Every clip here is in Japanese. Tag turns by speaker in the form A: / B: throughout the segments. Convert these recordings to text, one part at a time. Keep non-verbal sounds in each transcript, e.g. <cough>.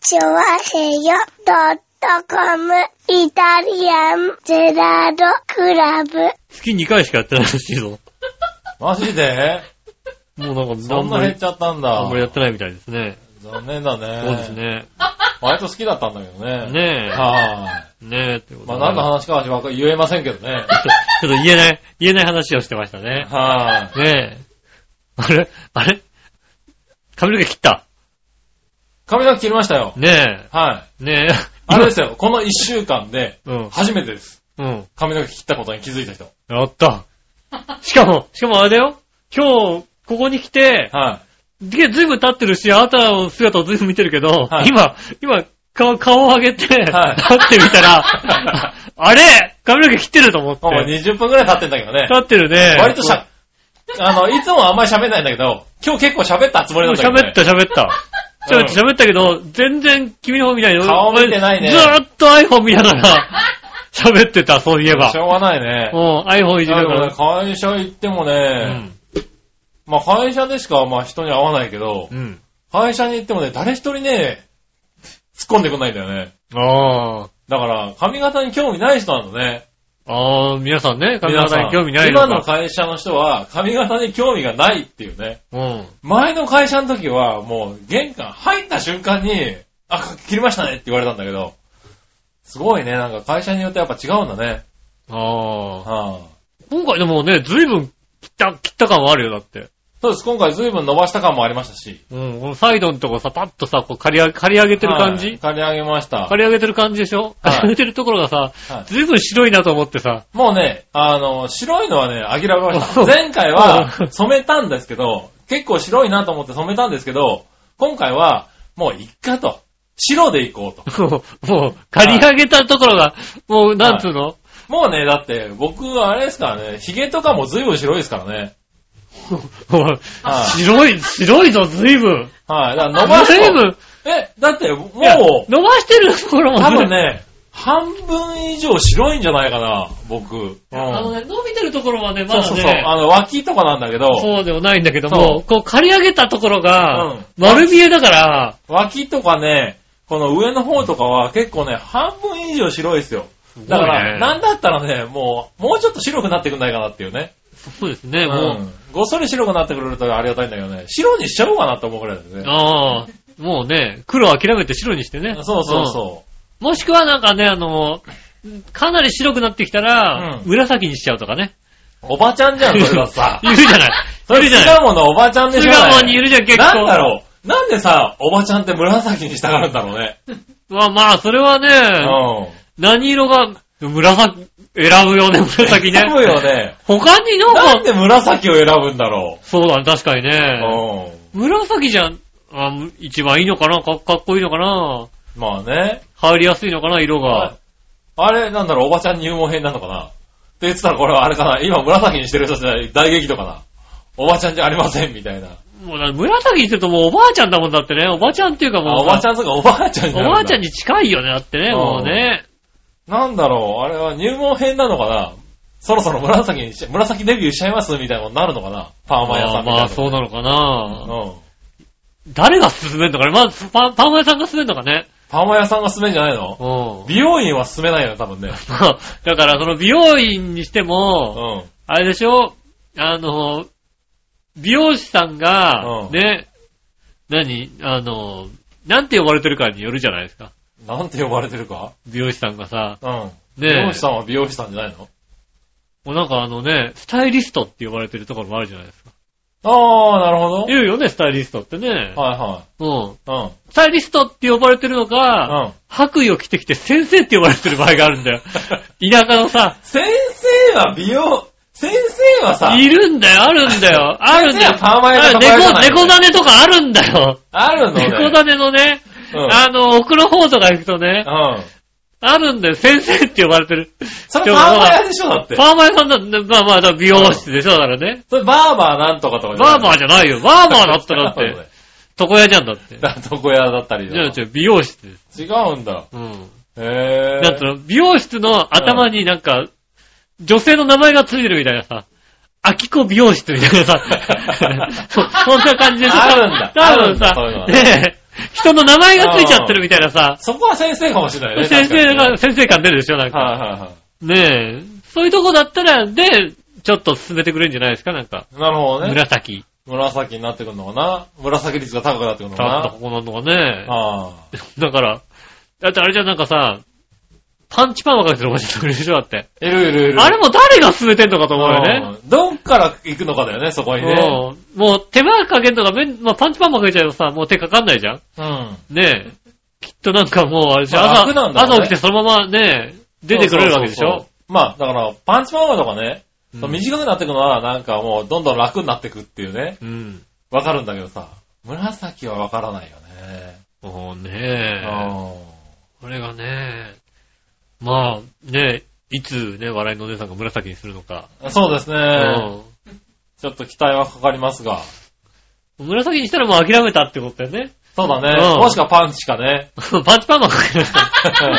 A: チョワヘヨドットコムイタリアンゼラードクラブ。
B: 月2回しかやってないらしいぞ。
C: マジ
B: <laughs>
C: で
B: もうなんか、
C: そ
B: あ
C: ん
B: ん
C: な
B: ま
C: 減っ
B: り、
C: ちゃったん
B: あん
C: だ
B: ま。りやってないみたいですね。
C: 残念だね。
B: そうです。ね。
C: 割と好きだったんだけどね。
B: ねえ。
C: は
B: ねえ、ってこ
C: い。
B: と
C: まあ
B: で
C: 何の話かはわか言えませんけど
B: <laughs>
C: ね。
B: ちょっと言えない、言えない話をしてましたね。
C: はい。
B: ねえ。あれあれ髪の毛切った
C: 髪の毛切りましたよ。
B: ね
C: は
B: え。
C: い。
B: ねえ。
C: あれですよ、この一週間で、
B: うん。
C: 初めてです。
B: うん。
C: 髪の毛切ったことに気づいた人。
B: やった。しかも、しかもあれだよ。今日、ここに来て、
C: は
B: でずいぶん経ってるし、あなたの姿をずいぶん見てるけど、
C: はい
B: 今、今、顔、顔を上げて、
C: はい
B: 立ってみた
C: <laughs>
B: ら、あれ髪の毛切ってると思っ
C: い。もう
B: て。
C: 20分くらい経ってんだけ
B: <laughs>
C: どね。
B: 立ってるね。
C: 割としゃ、あの、いつもはあんまり喋んないんだけど、今日結構喋ったつもりなんだけど、ね。
B: 喋った喋
C: <laughs>
B: った。
C: うん
B: 喋った喋ったけど、全然君の方見ないよ。
C: 顔見てないね
B: ずーっと iPhone 見ながら、 <laughs> 喋ってた、そういえば
C: し。ょうがないね
B: う。ん、iPhone いじりな
C: だか
B: が
C: ら
B: ら
C: ね。会社行っても
B: う
C: ね、
B: ん。
C: まあ会社でしかまあ人に会わないけど、
B: うん。
C: 会社に行ってもね、誰一人ね、突っ込んでこないんだよね。
B: ああ。
C: だから、髪型に興味ない人なんだね。
B: ああ、皆さんね、髪型に興味ないのか
C: 皆さん今の会社の人は髪型に興味がないっていうね。
B: うん。
C: 前の会社の時は、もう、玄関入った瞬間に、あ、切りましたねって言われたんだけど、すごいね、なんか会社によってやっぱ違うんだね。
B: ああ。
C: はあ、
B: 今回でもね、ずいぶん切った、切った感はあるよ、だって。
C: そうです、今回随分伸ばした感もありましたし。
B: うん、このサイドのとこさ、パッとさ、こう、刈り上げ、刈り上げてる感
C: はい
B: じ
C: 刈り上げました
B: 刈。り上げてる感じでしょ
C: はい
B: 刈り上げてるところがさ
C: は、い
B: ずいぶん白いなと思ってさ、
C: もうね、あの、白いのはね、諦めま
B: <laughs>
C: した。前回は染めたんですけど、結構白いなと思って染めたんですけど、今回は、もういっかと。白でいこうと。
B: もう、もう、刈り上げたところが、もう、なんつうの
C: もうね、だって、僕はあれですからね、髭とかも随分白いですからね。
B: もう
C: はい
B: 白い、白いぞ、ずいぶん。
C: はい。だから伸ばす
B: ずい
C: と
B: ぶん。
C: え、だって、も
B: いや
C: う、
B: 伸ばしてるところも
C: 多分。ね、半分以上白いんじゃないかな、僕。うん。
B: あのね、伸びてるところはね、まだ
C: そう
B: ね、
C: そうそう。あの、脇とかなんだけど、
B: そうではないんだけど
C: そ
B: も、
C: う
B: こう、刈り上げたところ
C: う
B: が
C: ん、
B: 丸見えだから、
C: 脇とかね、この上の方とかは結構ね、半分以上白いですよ。だから、なんだったらね、もう、もうちょっと白くなってくんないかなっていうね。
B: そうですね、
C: う
B: も
C: ん。ごっそり白くなってくれるとありがたいんだけどね、白にしちゃおうかなと思うくらいです
B: う、
C: ね。
B: ああ、もうね、黒諦めて白にしてね。
C: そうそうそ
B: うん。もしくはなんかね、あの、かなり白くなってきたら、
C: うん
B: 紫にしちゃうとかね。
C: う。おばちゃんじゃん、それは
B: <laughs>。
C: さ
B: いるじゃない。
C: それ
B: いるじゃ
C: 違
B: ないう
C: ものおばちゃんでし
B: 巣
C: ょ。
B: 鴨にいるじゃん、結構。
C: なんだろうなんでさ、おばちゃんって紫にしたがるんだろうね。
B: まあまあ、それはね、
C: う
B: 何色が、紫、選ぶよね、紫
C: ん。
B: ね。
C: 選ぶ
B: <laughs>
C: よ。ね。
B: 他にな
C: なん
B: んか、
C: で紫を選ぶんだろ
B: そうだね、確かに
C: う。
B: ね。
C: う。
B: 紫じゃん、あ一番いいのかなかかっこいいのかなん
C: まあね。
B: 入りやすいのかな色
C: あ
B: が。
C: あれ、なんだろう、おばちゃん入門編なのかなって言ってたらこれはあれかな。今紫にしてる人たち大激怒かな。おばちゃんじゃありません、みたいな。
B: もうな紫にするともうおばあちゃんだもんだってね。おばあちゃんっていうかもう
C: あ、
B: さ。
C: おばちゃんとかおばあちゃんじゃ
B: お
C: な
B: ばあちゃん
C: んだ
B: に近いよね、だってね、
C: うん
B: もうね。
C: なんだろう、あれは入門編なのかなそろそろ紫にし、紫デビューしちゃいますみたいなことになるのかなパーマ屋さんみたいな。
B: まあ、そうなのかな、
C: うん。
B: 誰が進めんのかねまず、パパンマ屋さんが進めんのかね
C: パーマ屋さんが進めんじゃないの
B: うん。 <laughs>
C: 美容院は進めないよね、多分ね。
B: だから、その美容院にして
C: う
B: も、
C: ん。
B: あれでしょあの、美容師さんが
C: う、ん
B: ね、何あの、なんて呼ばれてるかによるじゃないですか。
C: なんて呼ばれてるか
B: 美容師さんがさ、
C: うん。
B: ね
C: 美容師さんは美容師さんじゃないの
B: もうなんかあのね、スタイリストって呼ばれてるところもあるじゃないですか。
C: ああ、なるほど。
B: 言うよね、スタイリストってね。
C: は
B: うん。
C: いはい。
B: スタイリストって呼ばれてるのか、
C: うん。うん。
B: 白衣を着てきて先生って呼ばれてる場合があるん
C: <laughs>
B: だよ。田舎のさ、
C: 先生は美容、先生はさ、
B: いるんだよ、あるんだ
C: <laughs>
B: よ、あるんだよ
C: 先生。はパーマ屋
B: あ
C: さん
B: 猫、猫種とかあるんだよ。
C: あるのね。
B: 猫種のね、
C: うん
B: あの、奥の方とか行くとね、
C: うん。
B: あるんだよ、先生って呼ばれてる。
C: それ
B: で
C: パ
B: も
C: ーマ屋でしょ、だって。
B: パーマ屋さんだって、まあまあ、だから美容室でしょ、だからね。
C: それバーバーなんとかとか
B: バーバー
C: ー
B: じゃないよ。バーバー
C: <laughs>
B: だったらだって、床屋じゃんだって。
C: だ、床屋だったり
B: じゃあ、
C: だ
B: じゃあ美容室です。
C: 違うんだ。
B: うん。 <laughs>
C: へ
B: だってそ
C: ぇ
B: の美容室の頭になんか、女性の名前がついてるみたいなさ、アキコ美容室みたいなさ、そそんな感じでさ、 <laughs>
C: あるんだ
B: 多
C: ある
B: 分
C: んだ
B: さ
C: そういうのは、
B: ねえ、人の名前がついちゃってるみたいなさ、
C: そこは先生かもしれないね。
B: 先生
C: が。はい
B: が、先生感出るでしょ、なんか。
C: はいは
B: ねえ。そういうとこだったら、で、ちょっと進めてくれるんじゃないですか、なんか。
C: い。なるほどね。
B: 紫。
C: 紫になってくるのかな紫率が高くなってくるの
B: ただ
C: か
B: ここなんのがね
C: な。ああ。
B: だから、だってあれじゃんなんかさ、パンチパーマかけてるおばちゃんとかいるでしょ、だって。
C: いるいるいる。
B: あれも誰が進めてんのかと思うよね。
C: うんどっから行くのかだよね、そこにね。
B: うんもう手間かけんとか、めんまあ、パンチパーマかけちゃうとさ、もう手かかんないじゃん
C: うん。
B: ねえ。きっとなんかもう、あれじゃん
C: まあ
B: 朝、
C: 楽なんだろうね
B: 朝起きてそのままね、出てくれるわけでし
C: そうそう
B: ょ
C: そうそうまあ、だから、パンチパワーマとかね、
B: う
C: そうん短くなっていくのは、なんかもう、どんどん楽になっていくっていうね、
B: うん。
C: わかるんだけどさ、紫はわからないよね。
B: もうねえ。
C: う
B: これがねまあねえ、いつね、笑いのお姉さんが紫にするのか。
C: んそうですね。ちょっと期待はかかりますが。
B: うん。紫にしたらもう諦めたってことだよね。 <laughs>
C: そうだ
B: う
C: ね。
B: ん
C: もしかパンチかね。
B: パンチパーマかけ出した
C: <laughs>
B: ら。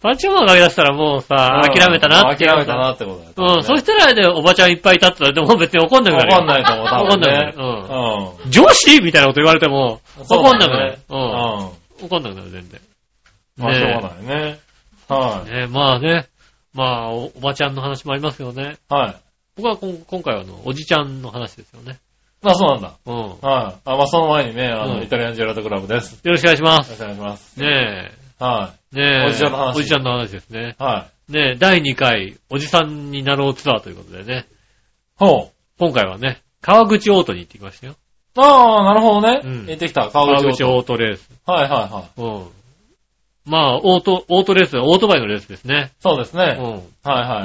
B: パンチパーマかけ出したらもうさ、
C: う
B: <laughs>
C: ん
B: 諦めたなって。
C: 諦めた。なってことだよ。
B: うん、そしてたらね、おばちゃんいっぱいいたって言われても別に怒んなくなるよ。
C: 怒んないと思う、多分ね。
B: 怒ん
C: うん。
B: 女子みたいなこと言われても、
C: そう
B: 怒んな
C: だ
B: くなる
C: ね。
B: う。
C: うんん。
B: 怒んなくなる、全然。
C: まあ、しょう
B: ね
C: がないね。はい。
B: ねまあね。まあお、おばちゃんの話もありますよね。
C: はい。
B: 僕はこん今回はあの、おじちゃんの話ですよね。
C: まあ、そうなんだ。
B: うん。よ
C: はい。あ、まあ、その前にね、あ
B: う
C: の、
B: ん
C: イタリアンジェラートクラブです。よ
B: ろしくお願いしま
C: ろ
B: す。
C: しくお願いします。
B: ね
C: は
B: え。ねえ。
C: おじちゃんの話
B: おじちゃんの話ですね。
C: い。はい。
B: ねえ、第2回、おじさんになろうツアーということでね。
C: ほう。
B: 今回はね、川口オートに行ってきましたよ。
C: ああ、なるほどね。
B: うん
C: 行ってきた。川
B: 川
C: 口
B: 口
C: を。
B: オートレース。
C: はいはいはい。
B: うん。まあ、オート、オートレース、オートバイのレースですね。
C: そうです
B: う
C: ね。
B: ん。
C: はいはい。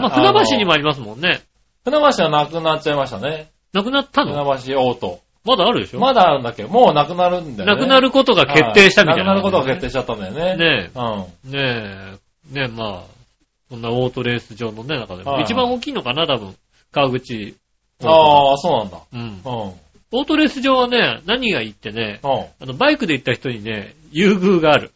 B: まあ、船橋にも
C: あ
B: ありますもんね。
C: の。船橋はなくなっちゃいましたね。
B: なくなった
C: 船
B: の
C: 橋オート。
B: まだあるでしょ
C: まだあるんだっけど、もうなくなるんだよね。
B: なくなることが決定したみたいな。
C: はなくなることが決定しちゃったんだよね。
B: ね
C: うん。
B: え、ねえ、ねえ、まあ、こんなオートレース場のね、中でも。
C: はいはい
B: 一番大きいのかな、多分。川口。あ。
C: ああ、そうなんだ。
B: うん。
C: うん。
B: オートレース場はね、何がいいってね、
C: うん。
B: あの、バイクで行った人にね、優遇がある。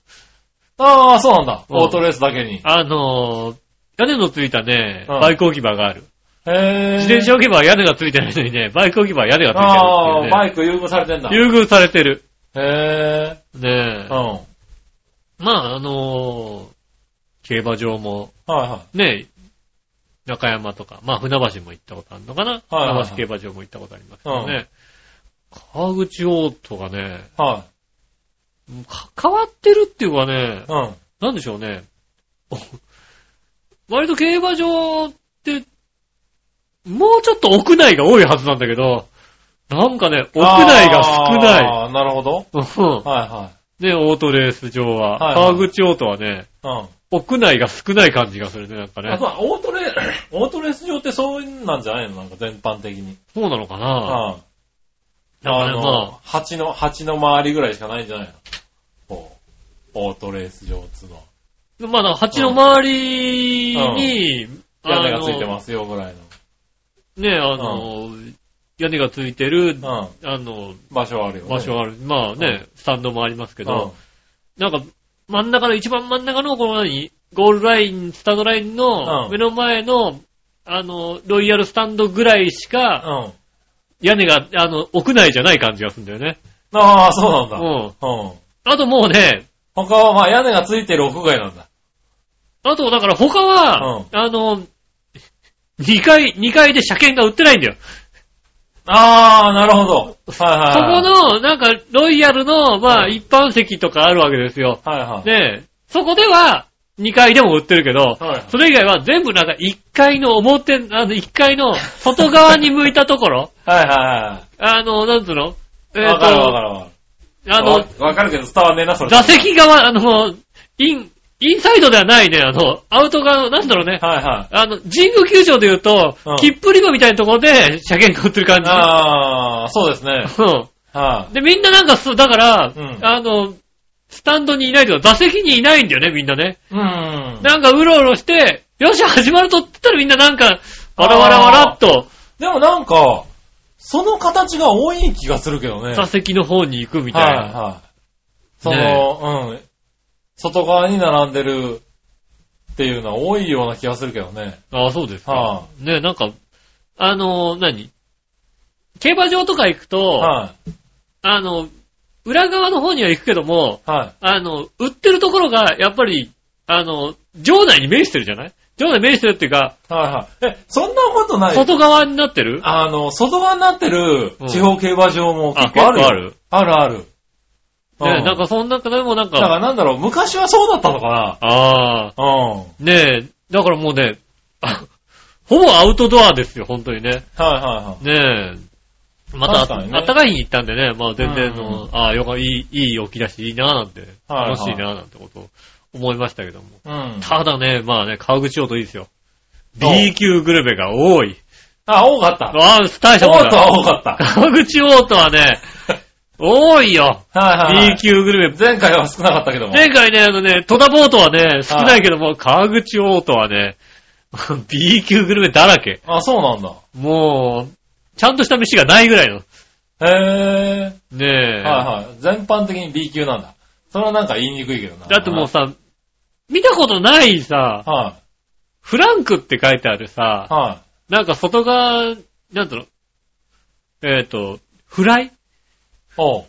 C: ああ、そうなんだ。
B: うん
C: オートレースだけに。
B: あのー、屋根のついたね、
C: うん
B: バイク置き場がある。
C: へえ。
B: 自転車置き場は屋根がついてないのにね、バイク置き場は屋根がついて
C: ああ、
B: る
C: バイク優遇されてんだ。
B: っ
C: へ
B: ていうね。優遇されてる。
C: え。
B: ね
C: う
B: え
C: ん。。はい
B: まあ、あのー、競馬場も、
C: はい。
B: ねえ、中山とか、まあ船橋も行ったことあるのかな、
C: はいはい
B: 船橋競馬場も行ったことありますけどね。川口オートがね、
C: は
B: か変わってるっていうかね
C: い。、うん。
B: なんでしょうね。 <laughs> 割と競馬場って、もうちょっと屋内が多いはずなんだけど、なんかね、屋内が少ない。
C: ああ、なるほど。
B: うん
C: はいは
B: ね、オートレース場は。
C: はいはい
B: 川口オートはね、
C: い。うん。
B: 屋内が少ない感じがするね、なんか
C: あ
B: ね
C: と。はオートレー、 <clears throat> オートレース場ってそういうなんじゃないのなんか全般的に。
B: そうなのかな
C: あ
B: だからね
C: の、
B: まあ、
C: 蜂の、蜂の周りぐらいしかないんじゃないのこう、オートレース場っつうのは。
B: まあ、だから蜂の周りに、。
C: 屋根がついてますすよぐらい
B: ね、あの、屋根がついてる、
C: の。うん。
B: あの、
C: 場所はあるよね。
B: 場所
C: ある
B: がある。まあね、スタンドもありますけ
C: け
B: ど、、なんか、真ん中の、一番真ん中の、この何ゴールライン、スタンドライン
C: う
B: の、
C: ん
B: 目の前の、あの、ロイヤルスタンドぐらいし
C: う
B: か、
C: ん。うん。
B: 屋根が、あの、屋内じゃない感じがするんだよね。
C: ああ、そうなん
B: う
C: だ。
B: ん。
C: うん。
B: あともうね、
C: 他はまあ屋根がついてる屋外なんだ。
B: あと、だから他は、
C: うん
B: あの、2階、2階で車検が売ってないんだよ。
C: ああ、なるほど。はい
B: そ
C: はい
B: こ
C: は
B: の、
C: い。
B: なんか、ロイヤルの、まあ、
C: うん
B: 一般席とかあるわけですよ。
C: はいはい。
B: ねえ、そこでは、2階でも売ってるけど
C: はい、
B: それ以外は全部なんか1階の表、あの、1階の外側に向いたとこ
C: <laughs>
B: ろ、
C: はいは
B: あの、なんつうの
C: い
B: え
C: は
B: ー
C: い。わかるわかるわかる。
B: あの、
C: わ、わかるけど伝わんねえな、それ。
B: 座席側、あの、イン、インサイドではないね、あの、アウト側の、なんだろうね、
C: はいはい。
B: あの、神宮球場で言うと
C: うん、
B: 切符売り場みたいなところで車検が売ってる感じ。
C: ああ、そうですね。
B: うん
C: はい、
B: で、みんななんかそう、だから、
C: うん
B: あの、スタンドにいないけど、座席にいないんだよね、みんなね。
C: うん。
B: なんかうろうろして、よし、始まるとって言ったらみんななんか、わらわらわらっと、
C: でもなんか、その形が多い気がするけどね。
B: 座席の方に行くみたい
C: はい
B: な。
C: はい。その、うん。外側に並んでるっていうのは多いような気がするけどね。
B: ああ、そうですか
C: は。
B: ね、なんか、あの、何競馬場とか行くと、
C: は
B: あの、裏側の方には行くけども、
C: はい。
B: あの、売ってるところが、やっぱり、あの、場内に面してるじゃない場内に面してるっていうか、
C: はいはい。え、そんなことない
B: 外側になってる
C: あの、外側になってる
B: うん
C: 地方競馬場も
B: あ
C: 結構あるよ。
B: 結構ある
C: あるある。
B: ね
C: う
B: なんかそんな中でもなん
C: だから
B: か、
C: なんだろう、昔はそうだったのか
B: ああ、
C: なうん。はい
B: ねえ、だからもうね、 <laughs> あほぼアウトドアですよ、本当にね。
C: はいはい。
B: ねえ。また、
C: 確かにね
B: あったかい日に行ったんでね、まあ全然
C: うんう
B: の、ああ、よか、いい、いい陽気だし、いいなぁなんて、
C: はいはい
B: 楽しいなぁなんてことを思いましたけども。
C: うん。
B: ただね、まあね、川口用といいですよ。
C: お
B: B 級グルメが多い。
C: あ、多かった。
B: ああ、大したも
C: 多
B: ん
C: かった、
B: だ。
C: 多かった。
B: 川口用とは
C: <laughs>
B: ね、多いよ。
C: はいはいは
B: B
C: い。
B: 級グルメ。
C: 前回は少なかったけども。
B: 前回ね、あのね、戸田ボートはね、少ないけども、川口オートはね、B 級グルメだらけ。
C: あ、そうなんだ。
B: もう、ちゃんとした飯がないぐらいの。
C: へ
B: ねえ。
C: え。はいはい。全般的に B 級なんだ。それはなんか言いにくいけどな。
B: だってもうさ、見たことないさ、
C: は
B: フランクって書いてある
C: い。
B: さ、
C: は
B: なんか外側、なんだろ、えっ、と、フライ
C: い。おう。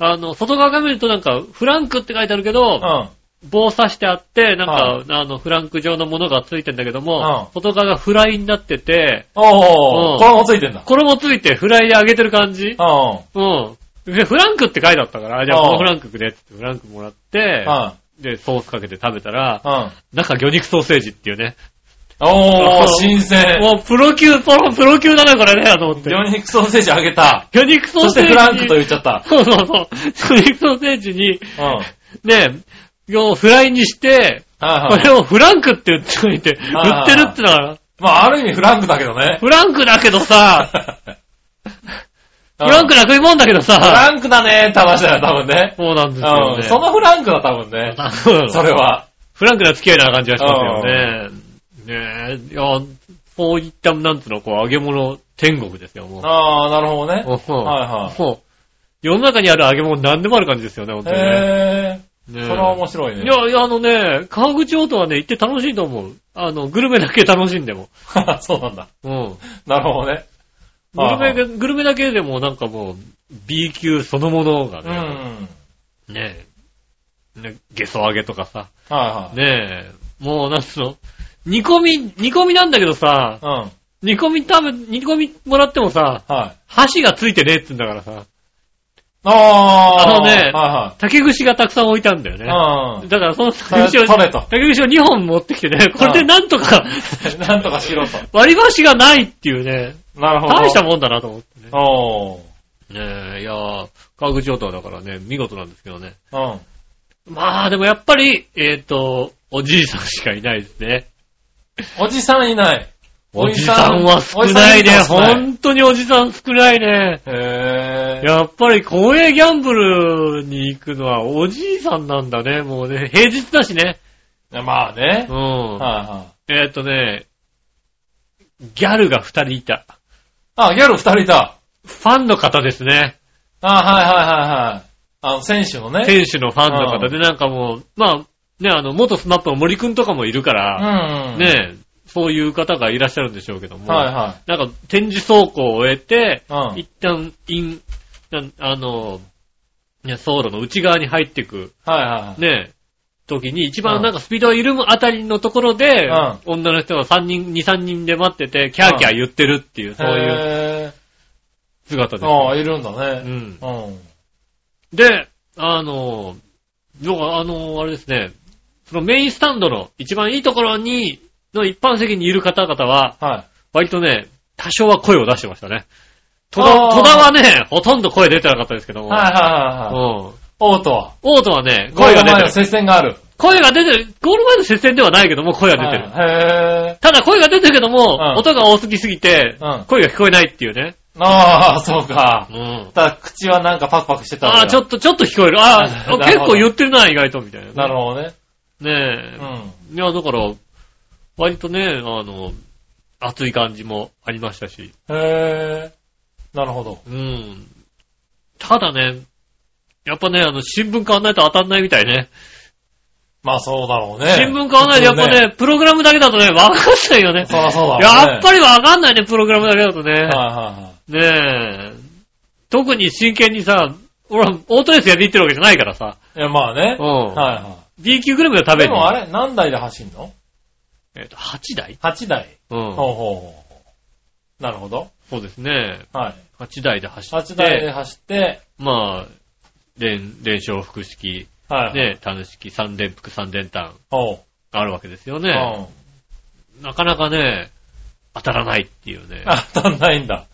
B: あの、外側が見るとなんか、フランクって書いてあるけ
C: う
B: ど
C: ん。、は
B: 棒刺してあって、なんか、
C: は
B: あの、フランク状のものがついてんだけども
C: う、ん
B: 外側がフライになってて、うん
C: おう。これもついてんだ。
B: 衣ついてフライで揚げてる感じ
C: うん。はい。
B: うん。で、フランクって書いてあったから、あじゃあ
C: ああ
B: このフランクくれって言ってフランクもらって、で、ソースかけて食べたら、
C: うん。
B: 中魚肉ソーセージっていうね。
C: お
B: あ
C: ー、
B: そう
C: 新鮮。
B: もうプロ級、プロプロ級だな、これね、と思って。
C: 魚肉ソーセージあげた。
B: 魚肉ソー
C: そし
B: セー
C: て
B: ジに。
C: フランクと言っちゃった。
B: そうそうそう。魚肉ソーセージに、
C: うん。はい
B: ね、をフライにして、こ
C: はい
B: <laughs> れ。をフランクって言っておいて、売
C: ああ
B: ってるってのは、
C: まあ、ある意味フランクだけどね。 <laughs>
B: フランクだけどさ、フランク
C: だ
B: な食い物だけど
C: フ
B: さ、
C: ランクだねって話だよ、多分ね。
B: そうなんですよ
C: う
B: ね。
C: ん。そのフランクだ、多分ね。
B: うん
C: それは。
B: フランクな付き合いな感じがしますよね。ねえ、いや、そういった、なんつうの、こう、揚げ物天国ですよ、もう。
C: ああ、なるほどね。は
B: もう、世の中にある揚げ物何でもある感じですよね、本当にね。
C: へ
B: ね
C: え。
B: え
C: それは面白いね。
B: いや、いや、あのね、川口オートはね、行って楽しいと思う。あの、グルメだけ楽しんでも。
C: <laughs> そうなんだ。
B: うん。
C: なるほどね。
B: グルメ
C: あ
B: が、グルメだけでもなんかもう、B 級そのものが
C: うん。
B: ね、ねえ、ね、ゲソ揚げとかさ、
C: はいはい。
B: ねえ、もうなんつうの、煮込み、煮込みなんだけどさ、
C: うん。はい。
B: 煮込み食べ、煮込みもらってもさ、
C: あ
B: 箸がついてねえっつうんだからさ、
C: あー。
B: あのね
C: は
B: 竹串がたくさん置いたんだよね。
C: いはい。うん。 <laughs>
B: だからその竹串を、
C: 取れと
B: 竹串を2本持ってきてね、これでなんとか <laughs>
C: なんとかしろと。
B: 割り箸がないっていうね、
C: なるほど。
B: 大したもんだなと思ってね。
C: お
B: ね
C: ー。
B: え、いやー、川口オトだからね、見事なんですけどね。
C: うん。
B: まあでもやっぱり、えっ、と、おじいさんしかいないですね。
C: おじさんいない。
B: おじさんは少ないね。本当におじさん少ないね。
C: 当へ
B: <laughs>
C: ぇ
B: やっぱり公営ギャンブルに行くのはおじいさんなんだね、もうね。平日だしね。
C: ー。まあね
B: う。
C: はい
B: ん。
C: はい。
B: えーっとね、ギャルが二人いた。
C: あ、ギャル二人いた。
B: ファンの方ですね。
C: あ、はいはいはいはい。あの、選手のね。
B: 選手のファンの方で、なんかもう、まあ、ね、あの、元スマップの森くんとかもいるか
C: う
B: ら、
C: ん。。
B: ね、そういう方がいらっしゃるんでしょうけども。
C: はいは
B: なんか、展示走行を終えて、
C: うん
B: 一旦、イン、なんあの、ね走路の内側に入っていく、
C: い。はいはい。
B: ね、時に、一
C: う
B: 番
C: ん
B: なんかスピードが緩むあたりのところで、
C: うん
B: 女の人が3人、2、3人で待ってて、キャーキャー言ってるっていう、そういう
C: へ
B: 姿です
C: ー。
B: よ。
C: ああ、いるんだ
B: う
C: ね。
B: ん
C: う。ん。
B: で、あの、要はあの、あれですね、そのメインスタンドの一番いいところに、の一般席にいる方々は、
C: はい。
B: 割とね、多少は声を出してましたね。戸田
C: あー
B: 戸田はね、ほとんど声出てなかったですけども。
C: はいはいはいはい。
B: うん。
C: オートは。
B: オートはね、
C: ゴー
B: 声が出
C: ル前
B: て
C: の
B: る。
C: 接戦がある。
B: 声が出てる。ゴール前の接戦ではないけども、声が出てる。
C: はいへぇ
B: ただ声が出てるけども、
C: うん
B: 音が多すぎすぎて、
C: うん
B: 声が聞こえないっていうね。
C: ー。ああ、そうか
B: う。ん。
C: ただ、口はなんかパクパクしてたんだ
B: ああ、ちょっと、ちょっと聞こえる。あ
C: <laughs>
B: あ、
C: な
B: 結
C: るほど
B: 構言ってるな、意外と、みたいな、
C: なるほどね。
B: ど。ねえ。
C: うん。
B: いや、だから、割とね、あの、熱い感じもありましたし。
C: へぇー。なるほど。
B: うん。ただね、やっぱね、あの、新聞買わないと当たんないみたいね。
C: まあそうだろうね。
B: 新聞買わないとやっぱね、プログラムだけだとね、わかんないよね。
C: そらそうだろうね。
B: やっぱりわかんないね、プログラムだけだとね。
C: はいはいはい。
B: ねえ。特に真剣にさ、俺はオートレースやって行ってるわけじゃないからさ。
C: いや、まあね。
B: う
C: はい
B: ん。
C: は
B: B 級グルメを食
C: い。
B: べ
C: で
B: る。
C: もあれ、何台で走んの
B: えっと、8台
C: ?8 台。
B: う。
C: ほうんほうほうほう。なるほど。
B: そうですね。
C: はい。
B: 8台で走って。
C: 8台で走って、
B: まあ、連、連勝複式、
C: はい。
B: ね、単式、三連複三連単
C: おう。
B: があるわけですよ
C: う
B: ね。
C: ん。
B: なかなかね、当たらないっていうね。
C: あ当たんないんだ。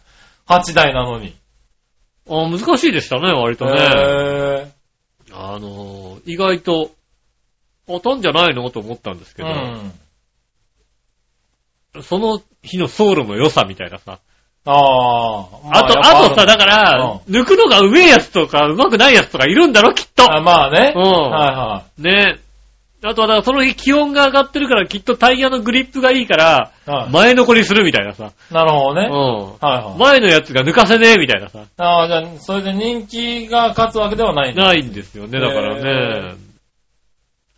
C: 8台なのに。
B: あ難しいでしたね、割とね。
C: へ
B: あのー、意外と、当たんじゃないのと思ったんですけ
C: ぇー。う
B: ど、
C: ん。
B: その日のソウルの良さみたいなさ。
C: あーま
B: あ
C: あ。
B: と、
C: やっぱ
B: あとさ、だから、抜くのが上手いやつとか、上手くないやつとかいるんだろ、きっと。
C: あ、まあね。
B: うん
C: はいは
B: ね。あとは、だからその日気温が上がってるから、きっとタイヤのグリップがいいから、
C: い。は
B: 前残りするみたいなさ。
C: い。なるほど
B: う
C: ね。
B: ん。
C: はいはい。
B: 前のやつが抜かせねえみたいなさ。
C: ああ、じゃあ、それで人気が勝つわけではないんだ。
B: ないんですよね、だからね。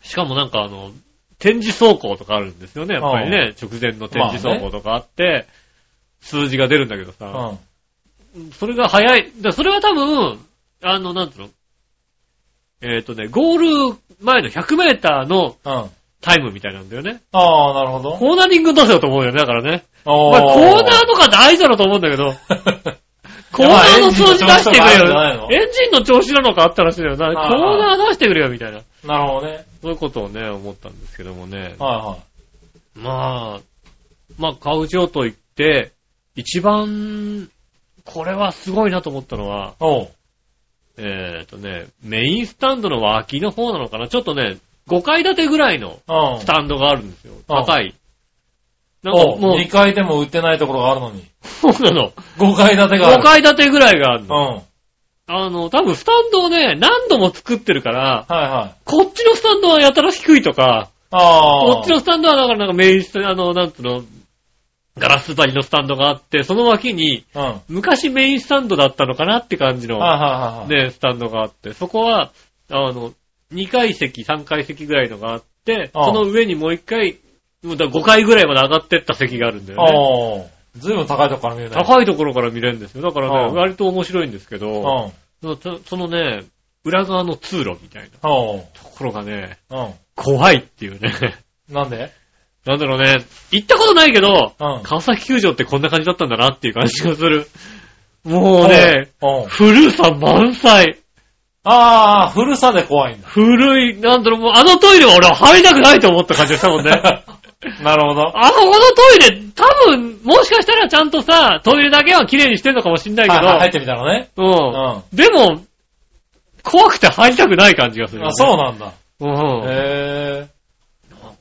B: しかもなんかあの、展示走行とかあるんですよね、やっぱりね。直前の展示走行とかあって、数字が出るんだけど
C: う
B: さ。
C: ん。
B: それが早い。だそれは多分、あの、なんつうのえっとね、ゴール前の100メーターの
C: うん。
B: タイムみたいなんだよね。
C: ああ、なるほど。
B: コーナリング出せよと思うよね、だからね。
C: お
B: まあコーナーとか大事だろうと思うんだけど。コーナーの数字出してくれよ。エンジンの調子なのかあったらしいよな。
C: ああ
B: コーナー出してくれよ、みたいな。
C: ー <laughs> なるほどね。
B: そういうことをね、思ったんですけどもね。
C: は
B: まあ、まあ、買う上と言って、一番、これはすごいなと思ったのは、
C: いはい。おう。
B: えっ、とね、メインスタンドの脇の方なのかな。ちょっとね、5階建てぐらいの
C: うん。
B: スタンドがあるんですよ。
C: ああ
B: 高い。なんか
C: お
B: も
C: う。
B: う
C: 2、階でも売ってないところがあるのに。
B: そうなの。
C: 5階建てがあ
B: 5
C: る。
B: 階建てぐらいがある
C: う
B: の
C: ん。。はい
B: あの、多分スタンドをね、何度も作ってるから、
C: はい。
B: こっちのスタンドはやたら低いとか、
C: ああ。
B: こっちのスタンドはだからなんかメインスタンド、あの、なんつうの、ガラス張りのスタンドがあって、その脇に、
C: うん。はい
B: 昔メインスタンドだったのかなって感じの、
C: はいはいはい。
B: ね、スタンドがあって、そこは、あの、2階席、3階席ぐらいのがあって、
C: ああ
B: その上にもう1回、もうだ5階ぐらいまで上がってった席があるんだよね。
C: おう。ずいぶん高いとこから見えない。
B: 高いところから見れるんですよ。だからね
C: あ、あ
B: 割と面白いんですけ
C: う
B: ど、
C: ん。
B: そそのね、裏側の通路みたいな
C: おう。
B: ところがね、
C: う
B: 怖いっていうね。 <laughs>
C: ん。なんで
B: なんだろうね、行ったことないけど、
C: うん
B: 川崎球場ってこんな感じだったんだなっていう感じがする。もうね、
C: おうん。
B: 古さ満載。
C: ああ、古さで怖いんだ。
B: 古い、なんだろう、もうあのトイレは俺は入りたくないと思った感じがしたもん
C: <laughs>
B: ね。
C: なるほど。
B: あそこのトイレ、多分、もしかしたらちゃんとさ、トイレだけは綺麗にしてんのかもしんないけど、
C: はいはい入ってみたらね。うん。
B: うん。
C: あ、
B: でも、怖くて入りたくない感じがする、ね。
C: そうなんだ。
B: うん。なん
C: へえ。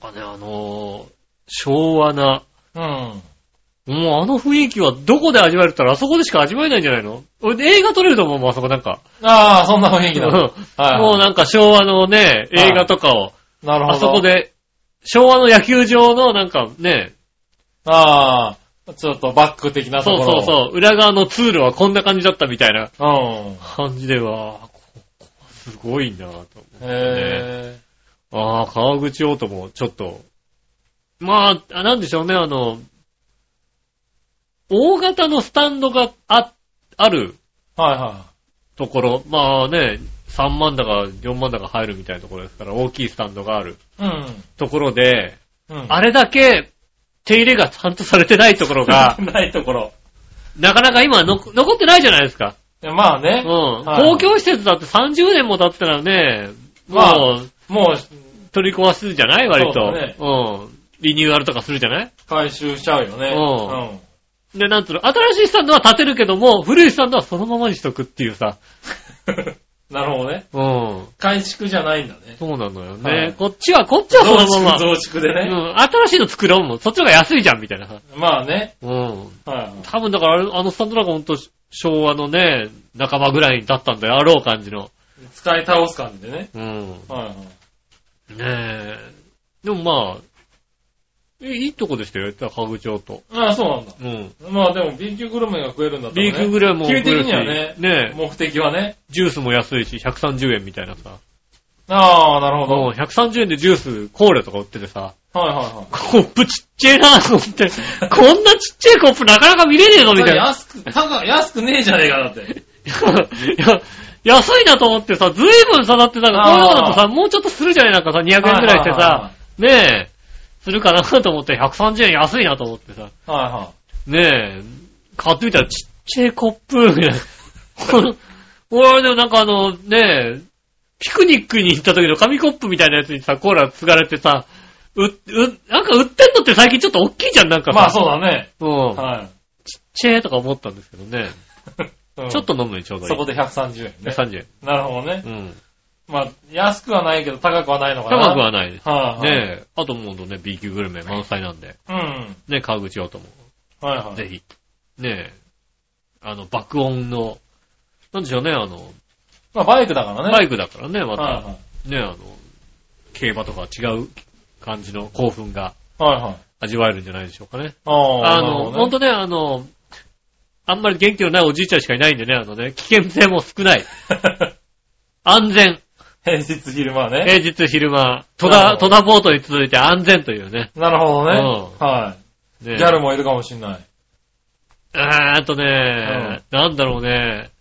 B: かね、あのー昭和な、
C: うん。
B: もうあの雰囲気はどこで味わえるって言ったらあそこでしか味わえないんじゃないの俺映画撮れると思うもん、あそこなんか。
C: ああ、そんな雰囲
B: う
C: 気
B: ん
C: だ。はいはい。
B: もうなんか昭和のね、映画とかを、
C: なるほど。
B: あそこ。で、昭和の野球場のなんかね、
C: ああ、ちょっとバック的なと
B: そう
C: こ
B: そ
C: ろ。
B: うそう、裏側の通路はこんな感じだったみたいな
C: う。うん。
B: 感じでは、ここすごいなぁと思う。
C: へえ。
B: ああ、川口オートもちょっと、まあ、あなんでしょうね、あの、大型のスタンドがあ、ある
C: はいは
B: ところ、まあね、3万だか4万だか入るみたいなところですから、大きいスタンドがある
C: い。うん。
B: ところで、
C: うん。、
B: あれだけ手入れがちゃんとされてないところが
C: <laughs> ないところ。
B: なかなか今の残ってないじゃないですか。
C: いやまあ
B: うん。。
C: ねはい
B: 公共施設だって30年も経ったらね、もう、
C: まあもう、
B: 取り壊すじゃない割
C: そう
B: と。
C: だね
B: うん。リニューアルとかするじゃない
C: 回収しちゃうよね。
B: うんで、なんつうの、新しいスタンドは建てるけども、古いスタンドはそのままにしとくっていうさ。
C: うん。 <laughs> なるほどね。
B: うん。
C: 改築じゃないんだね。
B: そうなのよね。
C: はい
B: こっちは、こっちはそのまま。
C: 増築増築で
B: う
C: ね。
B: ん。新しいの作ろうもん。そっちの方が安いじゃん、みたいなさ。
C: まあね。
B: うん。
C: はいはい。
B: 多分だからあれ、あのスタンドなんかほんと、昭和のね、半ばぐらいに経ったんだよ、あろう感じの。
C: 使い倒す感じでね。
B: うん。
C: はいはい。
B: ねえ。でもまあ、えいいとこでしたよ、川口オート。
C: ああ、そうなんだ。
B: うん。
C: まあでも B 級グルメが食えるんだったら、ね。
B: ビーフぐらいも
C: 基
B: 来
C: 本的
B: るし
C: にはね、
B: ねえ、
C: 目的はね。
B: ジュースも安いし、130円みたいなさ。
C: ああ、なるほど。
B: もう
C: はい
B: 130円でジュース、コーラとか売っててさ、
C: はいはい。
B: コップちっちゃいなと思って、こんなちっちゃいコップなかなか見れねえぞみたいな。
C: 安く、高安くねえじゃねえかだって。
B: いや、安いなと思ってさ、ずいぶん下がってたから、こういうのだとさ、もうちょっとするじゃないなんかさ、200円ぐらいしてさ、ねえ、するかなと思って、130円安いなと思ってさ、
C: いは
B: ねえ、買ってみたらちっちゃいコップ、みたいな。 <laughs> ほん俺でもなんかあの、ねえ、ピクニックに行った時の紙コップみたいなやつにさ、コーラ継がれてさ、う、う、なんか売ってんのって最近ちょっと大きいじゃん、なんか
C: い。
B: さ。
C: まあそうだね。
B: うん。
C: は
B: チェーとか思ったんですけどね。
C: い。うん
B: ちょっと飲むのにちょうどいい。
C: そこで130円ね。
B: 30円。
C: なるほどね
B: う。ん。
C: まあ、安くはないけど高くはないのかな。
B: 高くはないです。
C: はいはい。
B: ねえ。あともうね、B 級グルメ満載なんで。
C: うん。
B: ね、川口洋とも。
C: はいはい。
B: ぜひ。ねえ。あの、爆音の、なんでしょうね、あの、
C: まあ、バイクだからね。
B: バ
C: イ
B: イクだからね、ま
C: はい
B: た、ねえ、あの、競馬とか違う感じの興奮が
C: はい。はいはい。
B: 味わえるんじゃないでしょうかね。
C: ああ
B: あの、ほんとね、あの、あんまり元気のないおじいちゃんしかいないんでね、あのね、危険性も少ない。安全。
C: <laughs> 平日昼間はね。
B: 平日昼間、戸田、
C: なるほ
B: 戸田ボートに続いて安全というね。
C: なるほどね。
B: う
C: は
B: ね
C: い。ギャルもいるかもしんない。
B: あーっとね、なんだろうね、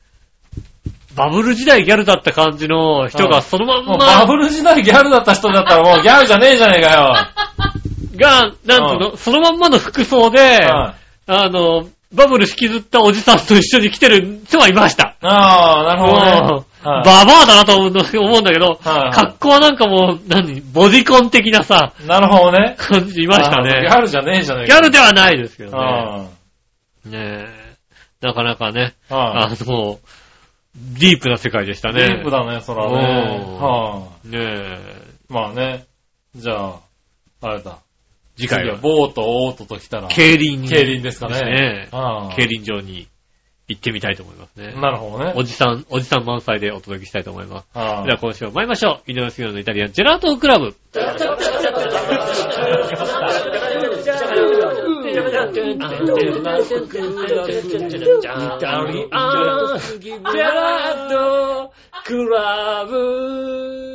B: バブル時代ギャルだった感じの人
C: う
B: が
C: ん
B: そのまん
C: もうバブ
B: ま、
C: ル時代ギャルだった人だったらもうギャルじゃねえじゃね
B: <laughs>
C: えか
B: が、なんつうの、そのまんまの服装で
C: よ。、はい
B: あの、バブル引きずったおじさんと一緒に来てる人はいました。
C: ああ、なる
B: もう、
C: ほどね。
B: バ
C: は
B: バアだなと思う思うんだけど、
C: いはい
B: 格好はなんかもう、何、ボディコン的なさ、
C: いなるほどね。
B: 感じでいました
C: ああ
B: ね
C: ギ。ャルじゃねえじゃねえ
B: ギャ
C: か
B: ルではないですけどね。
C: あ
B: ねえ。なかなかね、
C: あは
B: あの、ディープな世界でした
C: い。
B: ね。
C: ディープだね、そらね。
B: うん
C: は
B: ねえ。
C: い。まあね。じゃあ、あれだ。
B: 次回
C: 次
B: は、
C: ボート、オートと来たら。
B: 競輪。
C: 競輪ですかね。
B: ね
C: ああ
B: 競輪場に行ってみたいと思いますね。
C: なるほどね。
B: おじさん、おじさん満載でお届けしたいと思います。
C: ああ
B: では今週も参りましょう。井上杉浦のイタリアンジェラートクラブ。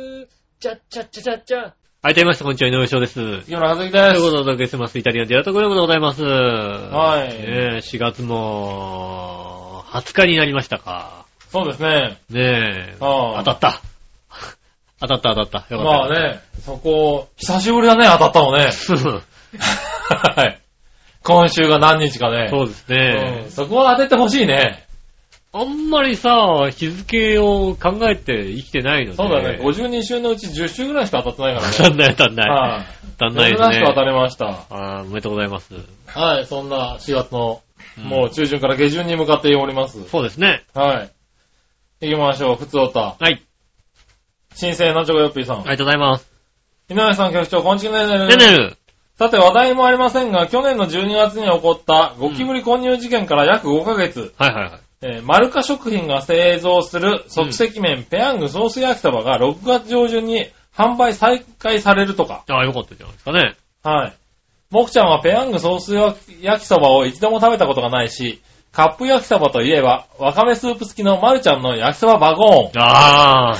B: はい、どうもみなさんこんにちは、井上翔です。という
C: 杉村和樹
B: こ
C: で
B: と
C: す。
B: でお届けしてます、イタリアンジェラートクラブでございます。はい4月も、20日になりましたか。
C: そうですね。
B: ねえ。
C: あ
B: 当た
C: あ
B: った。当たった当たった。よ
C: ま
B: か
C: あ
B: <laughs> った。
C: ね、そこ、久しぶりだね、当たったの <laughs> ね。
B: ね。
C: はい。今週が何日かね。
B: そうですね
C: う。んそこは当ててほしいね。
B: あんまりさ、日付を考えて生きてないので。
C: そうだね、52週のうち10週ぐらいしか当たってないから
B: 当た
C: ね。
B: んない当たんない。
C: <laughs> はい。
B: 当たん
C: 珍
B: ない
C: し
B: で
C: く
B: す
C: 当た
B: ね。
C: りました。
B: あーおめでとうございます。
C: はい、そんな4月の、
B: うん
C: もう中旬から下旬に向かっております。
B: そうですね。
C: はい。行きましょう、ふつおた。
B: はい。
C: 新生のチョコヨッピーさん。
B: ありがとうございます。
C: 井上さん局長、こんちきね
B: ねねる。
C: さて話題もありませんが、去年の12月に起こったゴキブリ混入事件から約5ヶ月、
B: はいはいはい。
C: えーマルカ食品が製造する即席麺、ペヤングソース焼きそばが6月上旬に販売再開されるとか。
B: ああ、よかったじゃないですかね。
C: はい。僕ちゃんはペヤングソース焼きそばを一度も食べたことがないし、カップ焼きそばといえば、わかめスープ付きのマルちゃんの焼きそばバゴーン。
B: ああ。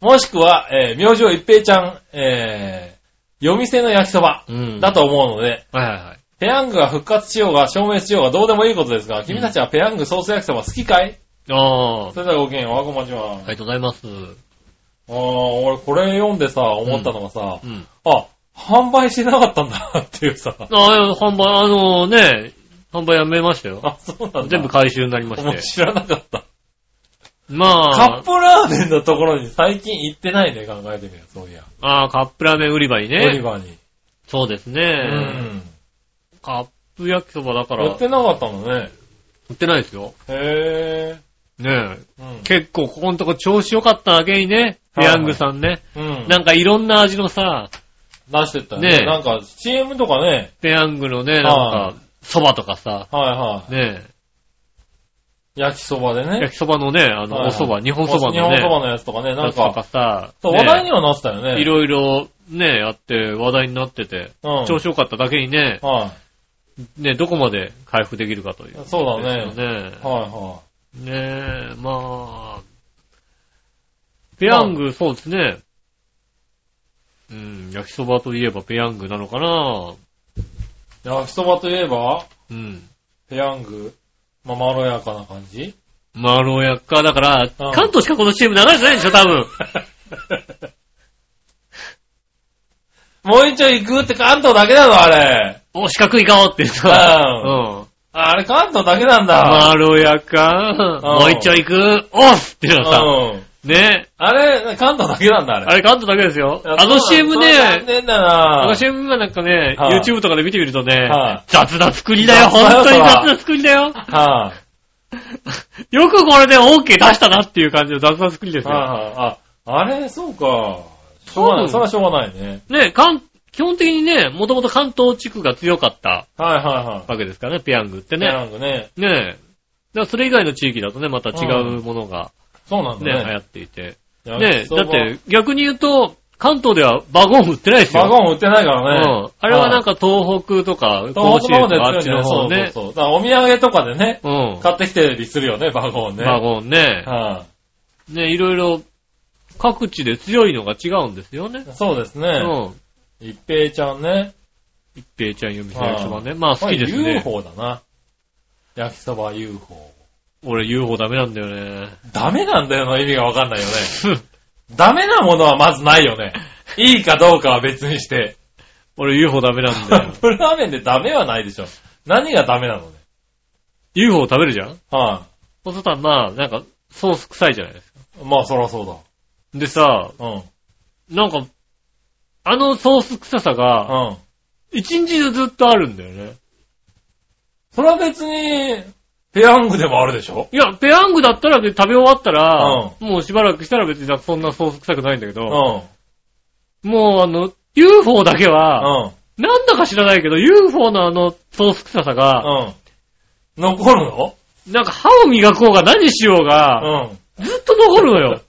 C: もしくは、えー、明星一平ちゃん、えー、夜店の焼きそば
B: うん。
C: だ。と思うので、
B: はいはいはい。
C: ペヤングが復活しようが消滅しようがどうでもいいことですが、君たちはペヤングソース焼きそば好きかい、
B: ああ。
C: それではごきげんよう、わこまちま。
B: あ
C: あ
B: りがとうございます。う
C: あー、俺これ読んでさ、思ったのがさ、
B: ん。
C: あ、販売してなかったんだっていうさ。 <laughs>
B: ああ、販売、あのね、販売やめましたよ。
C: あ、そうなんだ。
B: 全部回収になりまし
C: もう
B: て。
C: 知らなかった。
B: まあ。
C: カップラーメンのところに最近行ってないね、考えてみるそういや。
B: ああ、カップラーメン売り場に
C: オリ
B: ね。
C: バーに。
B: そうですね。
C: うん。
B: カップ焼きそばだから。
C: 売ってなかったのね。
B: 売ってないですよ。
C: へ
B: ねえ。
C: ぇー。うん。
B: 結構ここのとこ調子良かっただけにね、ペ
C: はい
B: ヤングさんね。
C: うん。
B: なんかいろんな味のさ、
C: 出してったよね。
B: ねえ
C: なんか CM とかね。
B: ペヤングのね、
C: は
B: なんか、そばとかさ、
C: はいはい。
B: ね
C: 焼きそばで
B: え、
C: ね
B: 焼。きそばのね、あの、おそば、日本そばのね、
C: 日本そばのやつとかね、なん
B: やつとか
C: か、
B: さ、
C: そう
B: ねえ
C: 話題にはなってたよね。
B: いろいろね、やって話題になってて、
C: うん
B: 調子良かっただけにね、
C: は
B: ね、どこまで回復できるかという。
C: そうだね
B: ですよね
C: い。はいは。
B: ねえ、まあ、ペヤング、そうですね。うん、焼きそばといえばペヤングなのかない
C: 焼きそばといえば、
B: うん。 <laughs>
C: ペヤング、まあ、まろやかな感じ
B: まろやか。だから、
C: うん
B: 関東しかこの CM 流れてないんでしょ、多分。
C: もう一丁行くって関東だけだぞ、あれ。
B: お、四角い顔ってさ。
C: う
B: うん。
C: あれ関東だけなんだ。
B: まろやか。もう一丁行く。オフっていうのさ。
C: うん。
B: ね。
C: あれ、関東だけなんだ、あれ。
B: あれ関東だけですよ。あの CM
C: そう残
B: ね、
C: 念だ
B: あ
C: な
B: の CM はなんかね、
C: はい
B: YouTube とかで見てみるとね
C: はい、
B: 雑な作りだよ。
C: 雑だよ
B: 本当に
C: そら
B: 雑な作りだよ。
C: はい
B: よくこれで OK 出したなっていう感じの雑な作りですよ。
C: はいはい。あ、あれ、そうか。しょうがな
B: 多
C: い。
B: 分
C: それはしょうがないね。
B: ね、関基本的にね、もともと関東地区が強かった
C: はいはいはい。
B: わけですからね、ペヤングって
C: ね、
B: ね。
C: なんかね。
B: ねえ。だからそれ以外の地域だとね、また違うものが
C: そうなん
B: ね、
C: だ
B: 流
C: ね。
B: 行っていて。
C: いや
B: ねえ、
C: そう
B: だって逆に言うと、関東ではバゴン売ってないですよ。
C: バゴン売ってないからね。
B: うん。あれはなん
C: か、
B: か東北とか、甲
C: 東
B: 子
C: 北の
B: 園
C: 方
B: と
C: で
B: かあ
C: 強
B: っ
C: い
B: ちの
C: ね。そ
B: 方
C: うそう
B: ね。
C: そう。だからお土産とかでね、
B: うん。
C: 買ってきてりするよね、バゴンね。
B: バゴンね。
C: は
B: ね、いろいろ、各地で強いのが違うんですよね。
C: い。そうです
B: う
C: ね。
B: ん。
C: 一平ちゃんね。
B: 一平ちゃん読みそ焼きそばね。まあ好きです
C: まあ
B: ね。
C: UFO だな。焼きそば UFO。
B: 俺 UFO ダメなんだよね。
C: ダメなんだよな、意味がわかんないよね。
B: <laughs>
C: ダメなものはまずないよね。いいかどうかは別にして。
B: 俺 UFO ダメなん
C: カ
B: だよ
C: <laughs> ッ。プラーメンでダメはないでしょ。何がダメなのね。
B: UFO 食べるじゃん
C: は
B: お父さん、まあ、なんか、ソース臭いじゃないですか。
C: い、まあそらそう
B: でさ、
C: だ。うん。うん。
B: なんか、あのソース臭さが、一日中ずっとあるんだよね。
C: それは別に、ペヤングでもあるでしょ
B: いや、ペヤングだったらで食べ終わったら、もうしばらくしたら別にそんなソース臭くないんだけ
C: うん。
B: ど、もうあの、UFO だけは、
C: うん。
B: なんだか知らないけど、UFO のあのソース臭さが、
C: うん。残るの
B: なんか歯を磨こうが何しよう
C: う
B: が、
C: ん。
B: ずっと残るの
C: <laughs>
B: よ。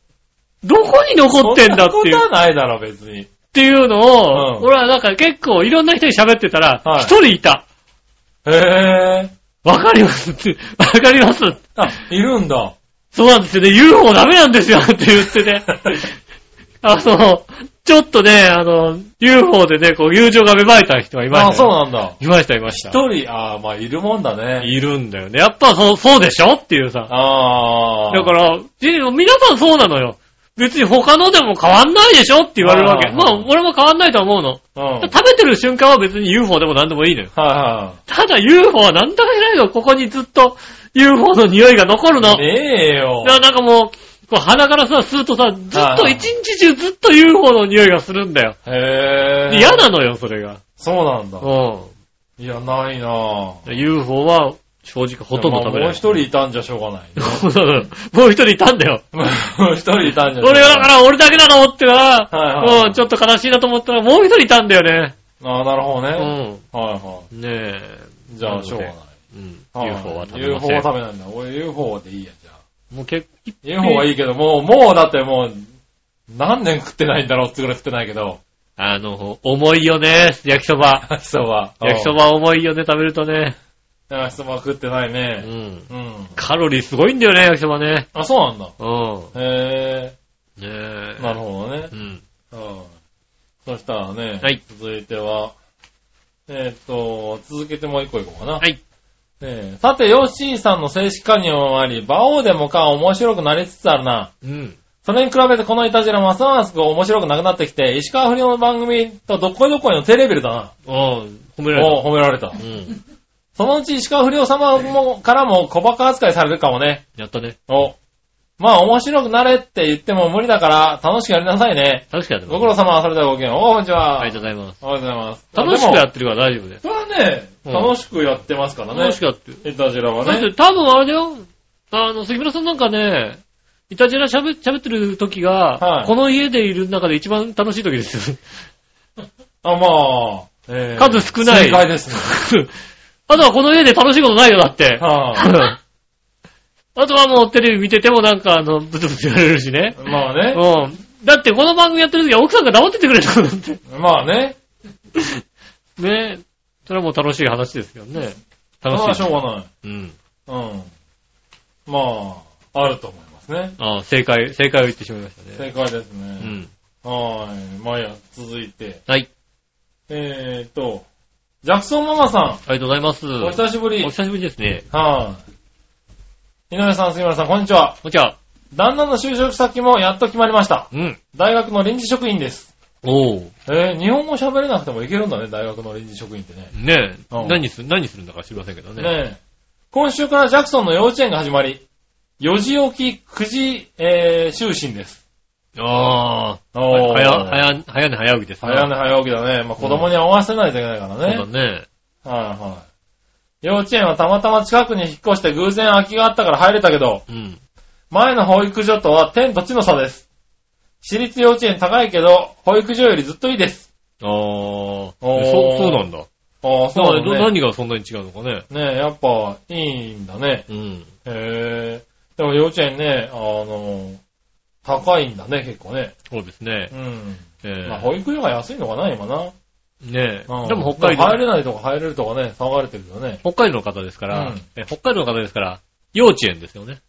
B: どこに残ってんだっ
C: そ
B: てい
C: んな
B: う
C: こ。とはないだろ、別に。
B: っていうのを、
C: うん
B: 俺はなんか結構いろんな人に喋ってたら、一、
C: はい
B: 人いた。
C: へえ。
B: わかりますって、わかります。
C: あ、いるん
B: <laughs>
C: だ。
B: そうなんですよね、UFO ダメなんですよって言って
C: <laughs>
B: ね。あの、ちょっとね、あの、UFO でね、こう友情が芽生えた人がいました、
C: あ
B: ね。
C: そうなんだ。
B: いました、いました。
C: 一人、ああ、まあいるもんだね。
B: いるんだよね。やっぱそう、そうでしょっていうさ。
C: ああ。
B: だから、で皆さんそうなのよ。別に他のでも変わんないでしょって言われるわけ。
C: あー
B: まあ、俺も変わんないとは思うの。
C: ら、うん。はい
B: 食べてる瞬間は別に UFO でも何でもいいのよ。
C: は
B: ただ UFO はなんだか知らないけど、ここにずっと UFO の匂いが残るの。
C: い。ねえよ。
B: ななんかもう、こう鼻からさ、吸うとさ、ずっ
C: は
B: と
C: い
B: 一日中ずっと UFO の匂いがするんだよ。
C: へえ。
B: で嫌なのよ、それが。
C: そうなんだ。
B: う
C: いや、ないなぁ。
B: ん。UFO は、正直ほとんど食べ
C: まあ
B: ない。
C: もう一人いたんじゃしょう
B: <laughs>
C: がないね。
B: もう一人いたんだよ。
C: もう一人いたんじゃしょうがな
B: 俺
C: い。
B: はだから俺だけだと思ってな、
C: はいはいはい
B: うん、ちょっと悲しいなと思ったら、もう一人いたんだよね。
C: ああ、なるほど
B: うん。
C: ね。はいは
B: ねえ。
C: い。じゃあ、しょうがない。
B: うん。
C: はい
B: UFO は食べ
C: UFO
B: ません。
C: は食べないんだ。俺 UFO でいいや、じゃあ。
B: もう結
C: UFO はいいけど、もう、もうだってもう、何年食ってないんだろうってぐらい食ってないけど、
B: あの、重いよね、焼きそば。
C: <laughs> 焼きそば。
B: <laughs> 焼きそば重いよね、食べるとね。
C: うん。焼きそば食ってないう
B: ん。
C: ね。うん。
B: カロリーすごいんだよね、焼きそばね。
C: あ、そうなんだ。
B: う
C: へ
B: ん。ねえ。
C: え、なるほどね
B: う。ん。
C: うん。そしたらね、
B: はい
C: 続いては、えーっと、続けてもう一個いこうかな。
B: はい。
C: ねえさて、ヨッシーさんの正式加入もあり、馬王でもか面白くなりつつあるな。
B: うん。
C: それに比べてこのイタジラますます面白くなくなってきて、石川不良の番組とどっこいどっこいの低レベルだな。
B: ああ、褒められ
C: おう褒められた
B: た。。うん。
C: そのうち石川不良様もからも小バカ扱いされるかもね。
B: やったね。
C: お。まあ面白くなれって言っても無理だから、楽しくやりなさいね。
B: 楽しくやってます
C: ご苦労様、それではごきげんよう。おうこんにちは。
B: ありがとうございます。
C: おはようございます。
B: 楽しくや
C: あでも
B: ってるから大丈夫です。
C: それはね、
B: うん
C: 楽しくやってますからね。
B: 楽しくやってる。
C: イタジラは
B: だっ
C: ね。
B: て多分あれだよ。あの、杉村さんなんかね、いたじら喋喋ってる時が、
C: はい
B: この家でいる中で一番楽しい時ですよ。 <laughs>
C: あ、まあ、えー
B: 数少ない
C: 正解ですね。
B: あとはこの家で楽しいことないよ、だって。
C: は
B: <laughs> あとはもうテレビ見ててもなんかあの、ブツブツ言われるしね
C: あ、。まあ
B: <laughs>
C: ね。
B: うん。だってこの番組やってる時は奥さんが黙っててくれたんだって。
C: まあね。
B: ねえ。それはもう楽しい話ですよね。
C: それ
B: 楽しい。
C: はしょうがない。
B: うん。
C: うん。まあ、あると思いますね。
B: ああ、正解、正解を言ってしまいましたね。
C: 正解です
B: う
C: ね。
B: ん。
C: はーい。まあいいや、続いて。
B: はい。
C: えーと、ジャクソンママさ
B: ありがとうございます。
C: ん、お久しぶり。
B: お
C: は
B: 久しぶりですね。
C: い。井上さん、杉村さん、こんにちは。
B: こんにちは。
C: 旦那の就職先もやっと決まりました。
B: うん。
C: 大学の臨時職員です。
B: おう。
C: えー、日本語喋れなくてもいけるんだね、大学の臨時職員ってね。
B: ねえ。
C: うん
B: 何する、何するんだか知りませんけどね。
C: ねえ。今週からジャクソンの幼稚園が始まり、4時起き、9時、えー、就寝です。
B: ああ。
C: お
B: は
C: 早
B: や、はや、早寝早起きですね。
C: 早寝早起きだね。まあ、子供に合わせないといけないからね。
B: そうだね。
C: はいはい。幼稚園はたまたま近くに引っ越して偶然空きがあったから入れたけど、
B: うん。
C: 前の保育所とは天と地の差です。私立幼稚園高いけど、保育所よりずっといいです。
B: ああ。そう、
C: ー
B: そうなんだ。
C: ああ、
B: だから、ど
C: ね。
B: 何がそんなに違うのかね。
C: ねえ、やっぱ、いいんだね。
B: うん。
C: へえ。でも幼稚園ね、あの、高いんだね、結構ね。
B: そうですね
C: う。ん。
B: ええ
C: まあ、保育所が安いのかな、今な。
B: ねえ。
C: うん
B: でも北海
C: 入
B: 道、
C: れないとか入れるとかね、騒がれてるけどね。
B: 北海道の方ですから
C: うん、
B: え北海道の方ですから、幼稚園ですよね。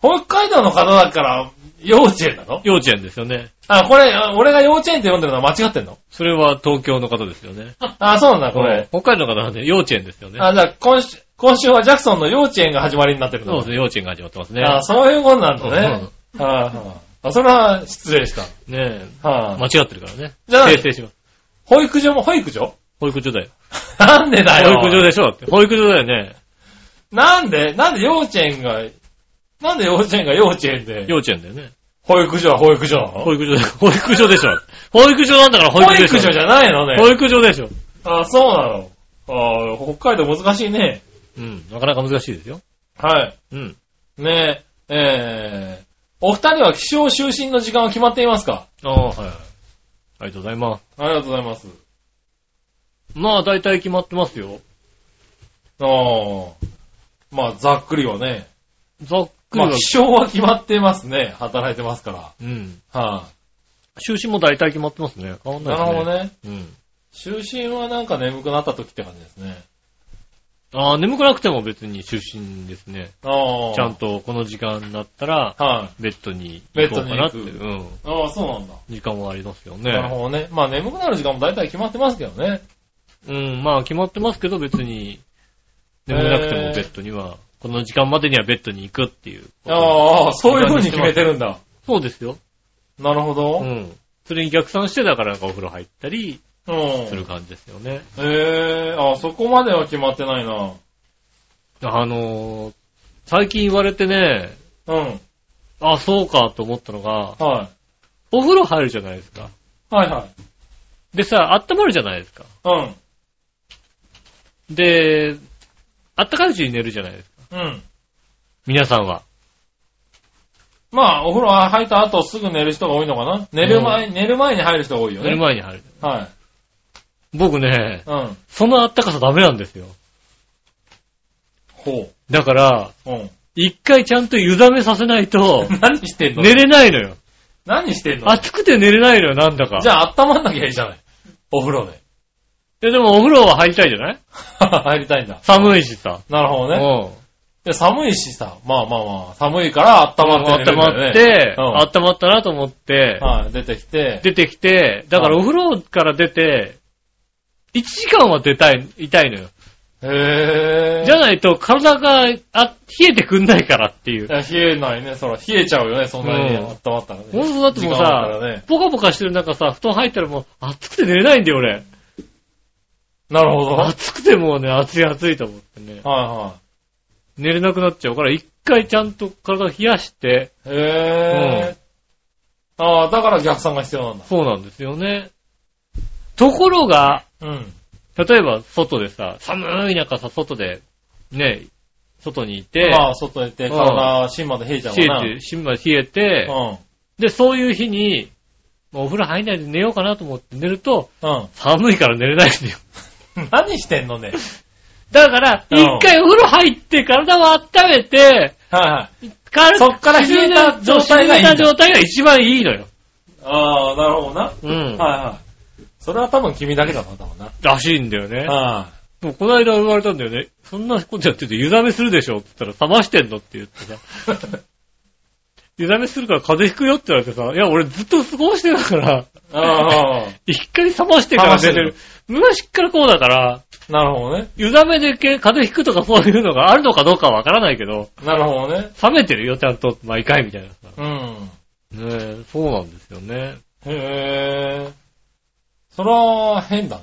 C: 北海道の方だから、幼稚園なの
B: 幼稚園ですよね。
C: あ、これ、あ俺が幼稚園って読んでるのは間違ってん
B: <laughs>
C: の
B: それは東京の方ですよね。
C: あ、そうなんだ、これ。
B: 北海道の方はね、幼稚園ですよね。
C: あ、じゃあ、今週、今週はジャクソンの幼稚園が始まりになってる
B: そう
C: の
B: ですね、幼稚園が始まってますね。
C: あ、そういうことなんだね。はいはいあ、それは失礼した。
B: うんねえ。
C: はい
B: 間違ってるからね。
C: じゃあ
B: 訂正します。
C: 保育所も保育所 <laughs>
B: 保育所だよ。
C: なんでだよ。
B: 保育所でしょだって保育所だよね。
C: なんでなんで幼稚園が、なんで幼稚園が幼稚園で、
B: 幼稚園だよね。
C: 保育所は保育所なの
B: 保育所だよ。保育所でしょ。保育所なんだから保
C: 保
B: 育所でしょ。
C: 育所じゃないの
B: 保
C: ね。
B: 育所でしょ。
C: あ、そうなの。あ北海道難しいね。
B: うん。なかなか難しいですよ。
C: はい。
B: うん。
C: ねえ、えー、お二人は起床就寝の時間は決まっていますか
B: ああ、はい。ありがとうございます。
C: ありがとうございます。
B: まあ、大体決まってますよ。
C: ああ。まあ、ざっくりはね。
B: ざっくり
C: ま
B: は
C: あ、。気象は決まってますね。働いてますから。は
B: うん。
C: い、
B: 就寝も大体決まってますね。変わんない
C: な
B: です
C: る
B: ね。
C: ほどね。
B: うん。
C: 就寝はなんか眠くなった時って感じですね。
B: ああ、眠くなくても別に就寝ですね。
C: ああ。
B: ちゃん。とこの時間になったら、
C: はい、
B: ベッドに行こうかなってい
C: ベッ
B: う。
C: ド
B: うん。
C: ああ、そうなんだ。
B: 時間はありますよね。
C: なるほどね。まあ、眠くなる時間も大体決まってますけどね。
B: うん、まあ決まってますけど別に、眠れなくてもベッドには、この時間までにはベッドに行くっていう。
C: ああ、そういう風に決めてるんだ。
B: そうですよ。
C: なるほ
B: う
C: ど。うん。
B: ん。それに逆算してだからなんかお風呂入ったりする
C: へ
B: 感じですよね。
C: えああ、そこまでは決まってないな。
B: あのー最近言われてね、
C: うん。
B: あ、そうかと思ったのが、
C: はい。
B: お風呂入るじゃないですか。
C: はいはい。
B: でさ、温まるじゃないですか。
C: うん。
B: で、あったかいうちに寝るじゃないですか。
C: うん。
B: 皆さんは。
C: まあ、お風呂入った後すぐ寝る人が多いのかな寝る前、寝る前に入る人が多いよ
B: 寝
C: ね。
B: る前に入る。
C: はい。
B: 僕ね、
C: うん。
B: そのあったかさダメなんですよ。
C: ほ
B: だから、
C: う。うん。
B: 一回ちゃんと湯冷めさせないと、
C: <laughs> 何してんの
B: 寝れないのよ。
C: 何してんの
B: 暑くて寝れないのよ、なんだか。
C: じゃあ温まんなきゃいいじゃない。お風呂で。 <laughs>
B: いやでもお風呂は入りたいじゃない
C: 入りたいんだ。
B: 寒いしさ。
C: なる
B: う
C: ほどね。
B: ん。
C: で寒いしさ、まあまあまあ、寒いから温まって
B: 温
C: 寝るんだ
B: ま
C: よ
B: っ
C: ね。
B: て、
C: うん
B: 温まったなと思って、
C: はい、出てきて。
B: 出てきて、だから
C: う
B: お
C: ん
B: 風呂から出て、1時間は出たい、痛いのよ。
C: へぇー。
B: じゃないと体が、あ、冷えてくんないからって
C: <laughs>
B: いう。
C: いや冷えないね、そら。冷えちゃうよね、そんなに
B: うん
C: 温まったらね。
B: ほんとだってもう
C: 時間ある
B: さ、
C: からね。
B: ポカポカしてる中さ、布団入ったらもう暑くて寝れないんだよ、
C: <laughs>
B: 俺。
C: なるほど。はい
B: 暑くてもうね、暑い暑いと思ってね。
C: は
B: 寝れなくなっちゃうから、一回ちゃんと体を冷やして、
C: い。へぇー。ああ、だから逆算が必要なんだ。
B: そうなんですよね。ところが、
C: うん。
B: 例えば外でさ、寒い中さ、外で、ね、外にいて、
C: まあ、外出て、
B: うん
C: 体、芯まで冷えちゃうもんな。
B: 冷えて、芯まで冷えて、で、そういう日に、もうお風呂入んないで寝ようかなと思って寝ると、
C: うん。うん。
B: 寒いから寝れないんだよ。 <laughs>
C: 何してんのね。
B: だから、
C: うん
B: 一回お風呂入って体を温めて、
C: <laughs> はいはい。
B: 軽く
C: そっから冷えた状態がいいん
B: 冷
C: だ
B: えた状態が一番いいのよ。
C: ああ、なるほどな。
B: うん。
C: はいはい。それは多分君だけだな、多分な。
B: らしいんだよね。
C: あ
B: もうこの間言われたんだよね。そんなことやってて湯冷めするでしょって言ったら冷ましてんのって言ってさ。湯冷めするから風邪ひくよって言われてさ。いや、俺ずっと過ごしてたから、
C: <laughs> あ。ああ。
B: 一回冷ましてから出てる。昔っからこうだから、
C: <laughs> なるほどね。
B: 湯冷めでけ風邪ひくとかそういうのがあるのかどうかはわからないけど、
C: なるほどね。
B: 冷めてるよ、ちゃんと、毎回みたいなさ。
C: うん。
B: ねえ、そうなんですよね。
C: へぇー。それは変だね。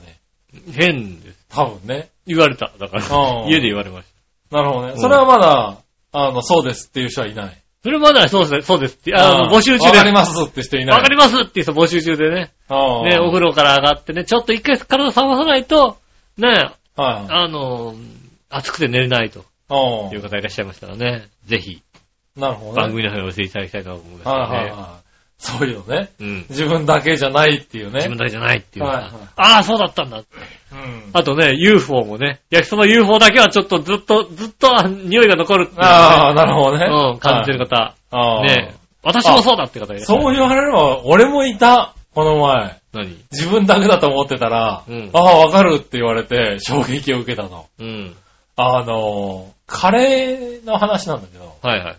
B: 変です。
C: 多分ね。
B: 言われた。だから
C: あ、あ
B: 家で言われました。
C: なるほ
B: う
C: どね。
B: ん
C: それはまだ、あの、そうですっていう人はいない。
B: それまだそうです、そうですって。あ
C: うん
B: の、募集中
C: わ
B: で。
C: かりますって人いない。
B: わかりますって人募集中でね。
C: ああ
B: ね、お風呂から上がってね、ちょっと一回体冷まさないと、ね、
C: はいはい。
B: あの、暑くて寝れないと
C: あ
B: いう方いらっしゃいましたらね、ぜひ、
C: あなるほどね。
B: 番組の方にお寄せいただきたいと思うんですけど
C: はいはい
B: ね。
C: はい。そういうのね。
B: うん。
C: 自分だけじゃないっていうね。
B: 自分だけじゃないっていうのは、
C: はいはい
B: ああ、そうだったんだ。
C: うん。
B: あとね、UFO もね、焼きそば UFO だけはちょっとずっと、ずっとあ匂いが残るっていう、ね、
C: ああ、なるほどね。
B: うん、感じてる
C: か。
B: 方、
C: ああ。
B: ね、私もそうだって方いらっしゃ
C: そう言われれば、俺もいた。この前。
B: 何
C: 自分だけだと思ってたら、
B: うん
C: ああ、わかるって言われて、衝撃を受けたの。
B: うん。
C: あの、カレーの話なんだけど、
B: はいはい。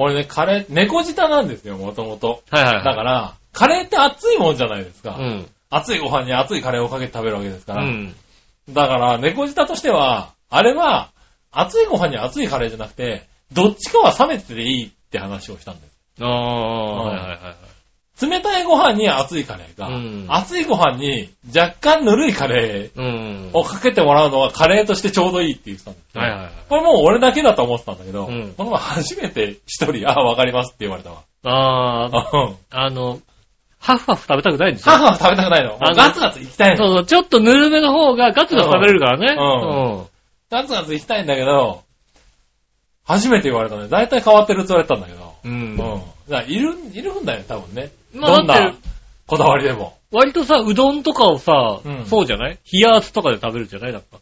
C: 俺ね、カレー、猫舌なんですよ、もともと。
B: はいはい、は
C: だ
B: い。
C: から、カレーって熱いもんじゃないですか。
B: うん。
C: 熱いご飯に熱いカレーをかけて食べるわけですか
B: う
C: ら。
B: ん。
C: だから、猫舌としては、あれは、熱いご飯に熱いカレーじゃなくて、どっちかは冷めてていいって話をしたんです。
B: ああ、はいはいはい。
C: 冷たいご飯に熱いカレーが、
B: うん
C: 熱いご飯に若干ぬるいカレ
B: うん
C: ー。をかけてもらうのはカレーとしてちょうどいいって言ってたんです、
B: はいはいはい。
C: これもう俺だけだと思ってたんだけど、
B: うん
C: この前初めて一人、ああ、わかりますって言われたわ。
B: ああ、
C: <laughs> あうん
B: あの、ハフハフ食べたくないんでしょ
C: 母は食べたくないの。も
B: あ
C: う
B: の
C: ガツガツ行きたい
B: そう
C: の。
B: そう、ちょっとぬるめの方がガツガツ食べれるからね。
C: うん
B: うん。
C: ガツガツ行きたいんだけど、初めて言われたね。だいたい変わってるって言われたんだけど。
B: う
C: うんん。だからいる、いるんだよね、多分ね。
B: まあ
C: どん
B: だっ
C: な
B: て
C: こだわりでも。
B: 割とさ、うどんとかをさ、
C: うん
B: そうじゃない冷や圧とかで食べるじゃないだった。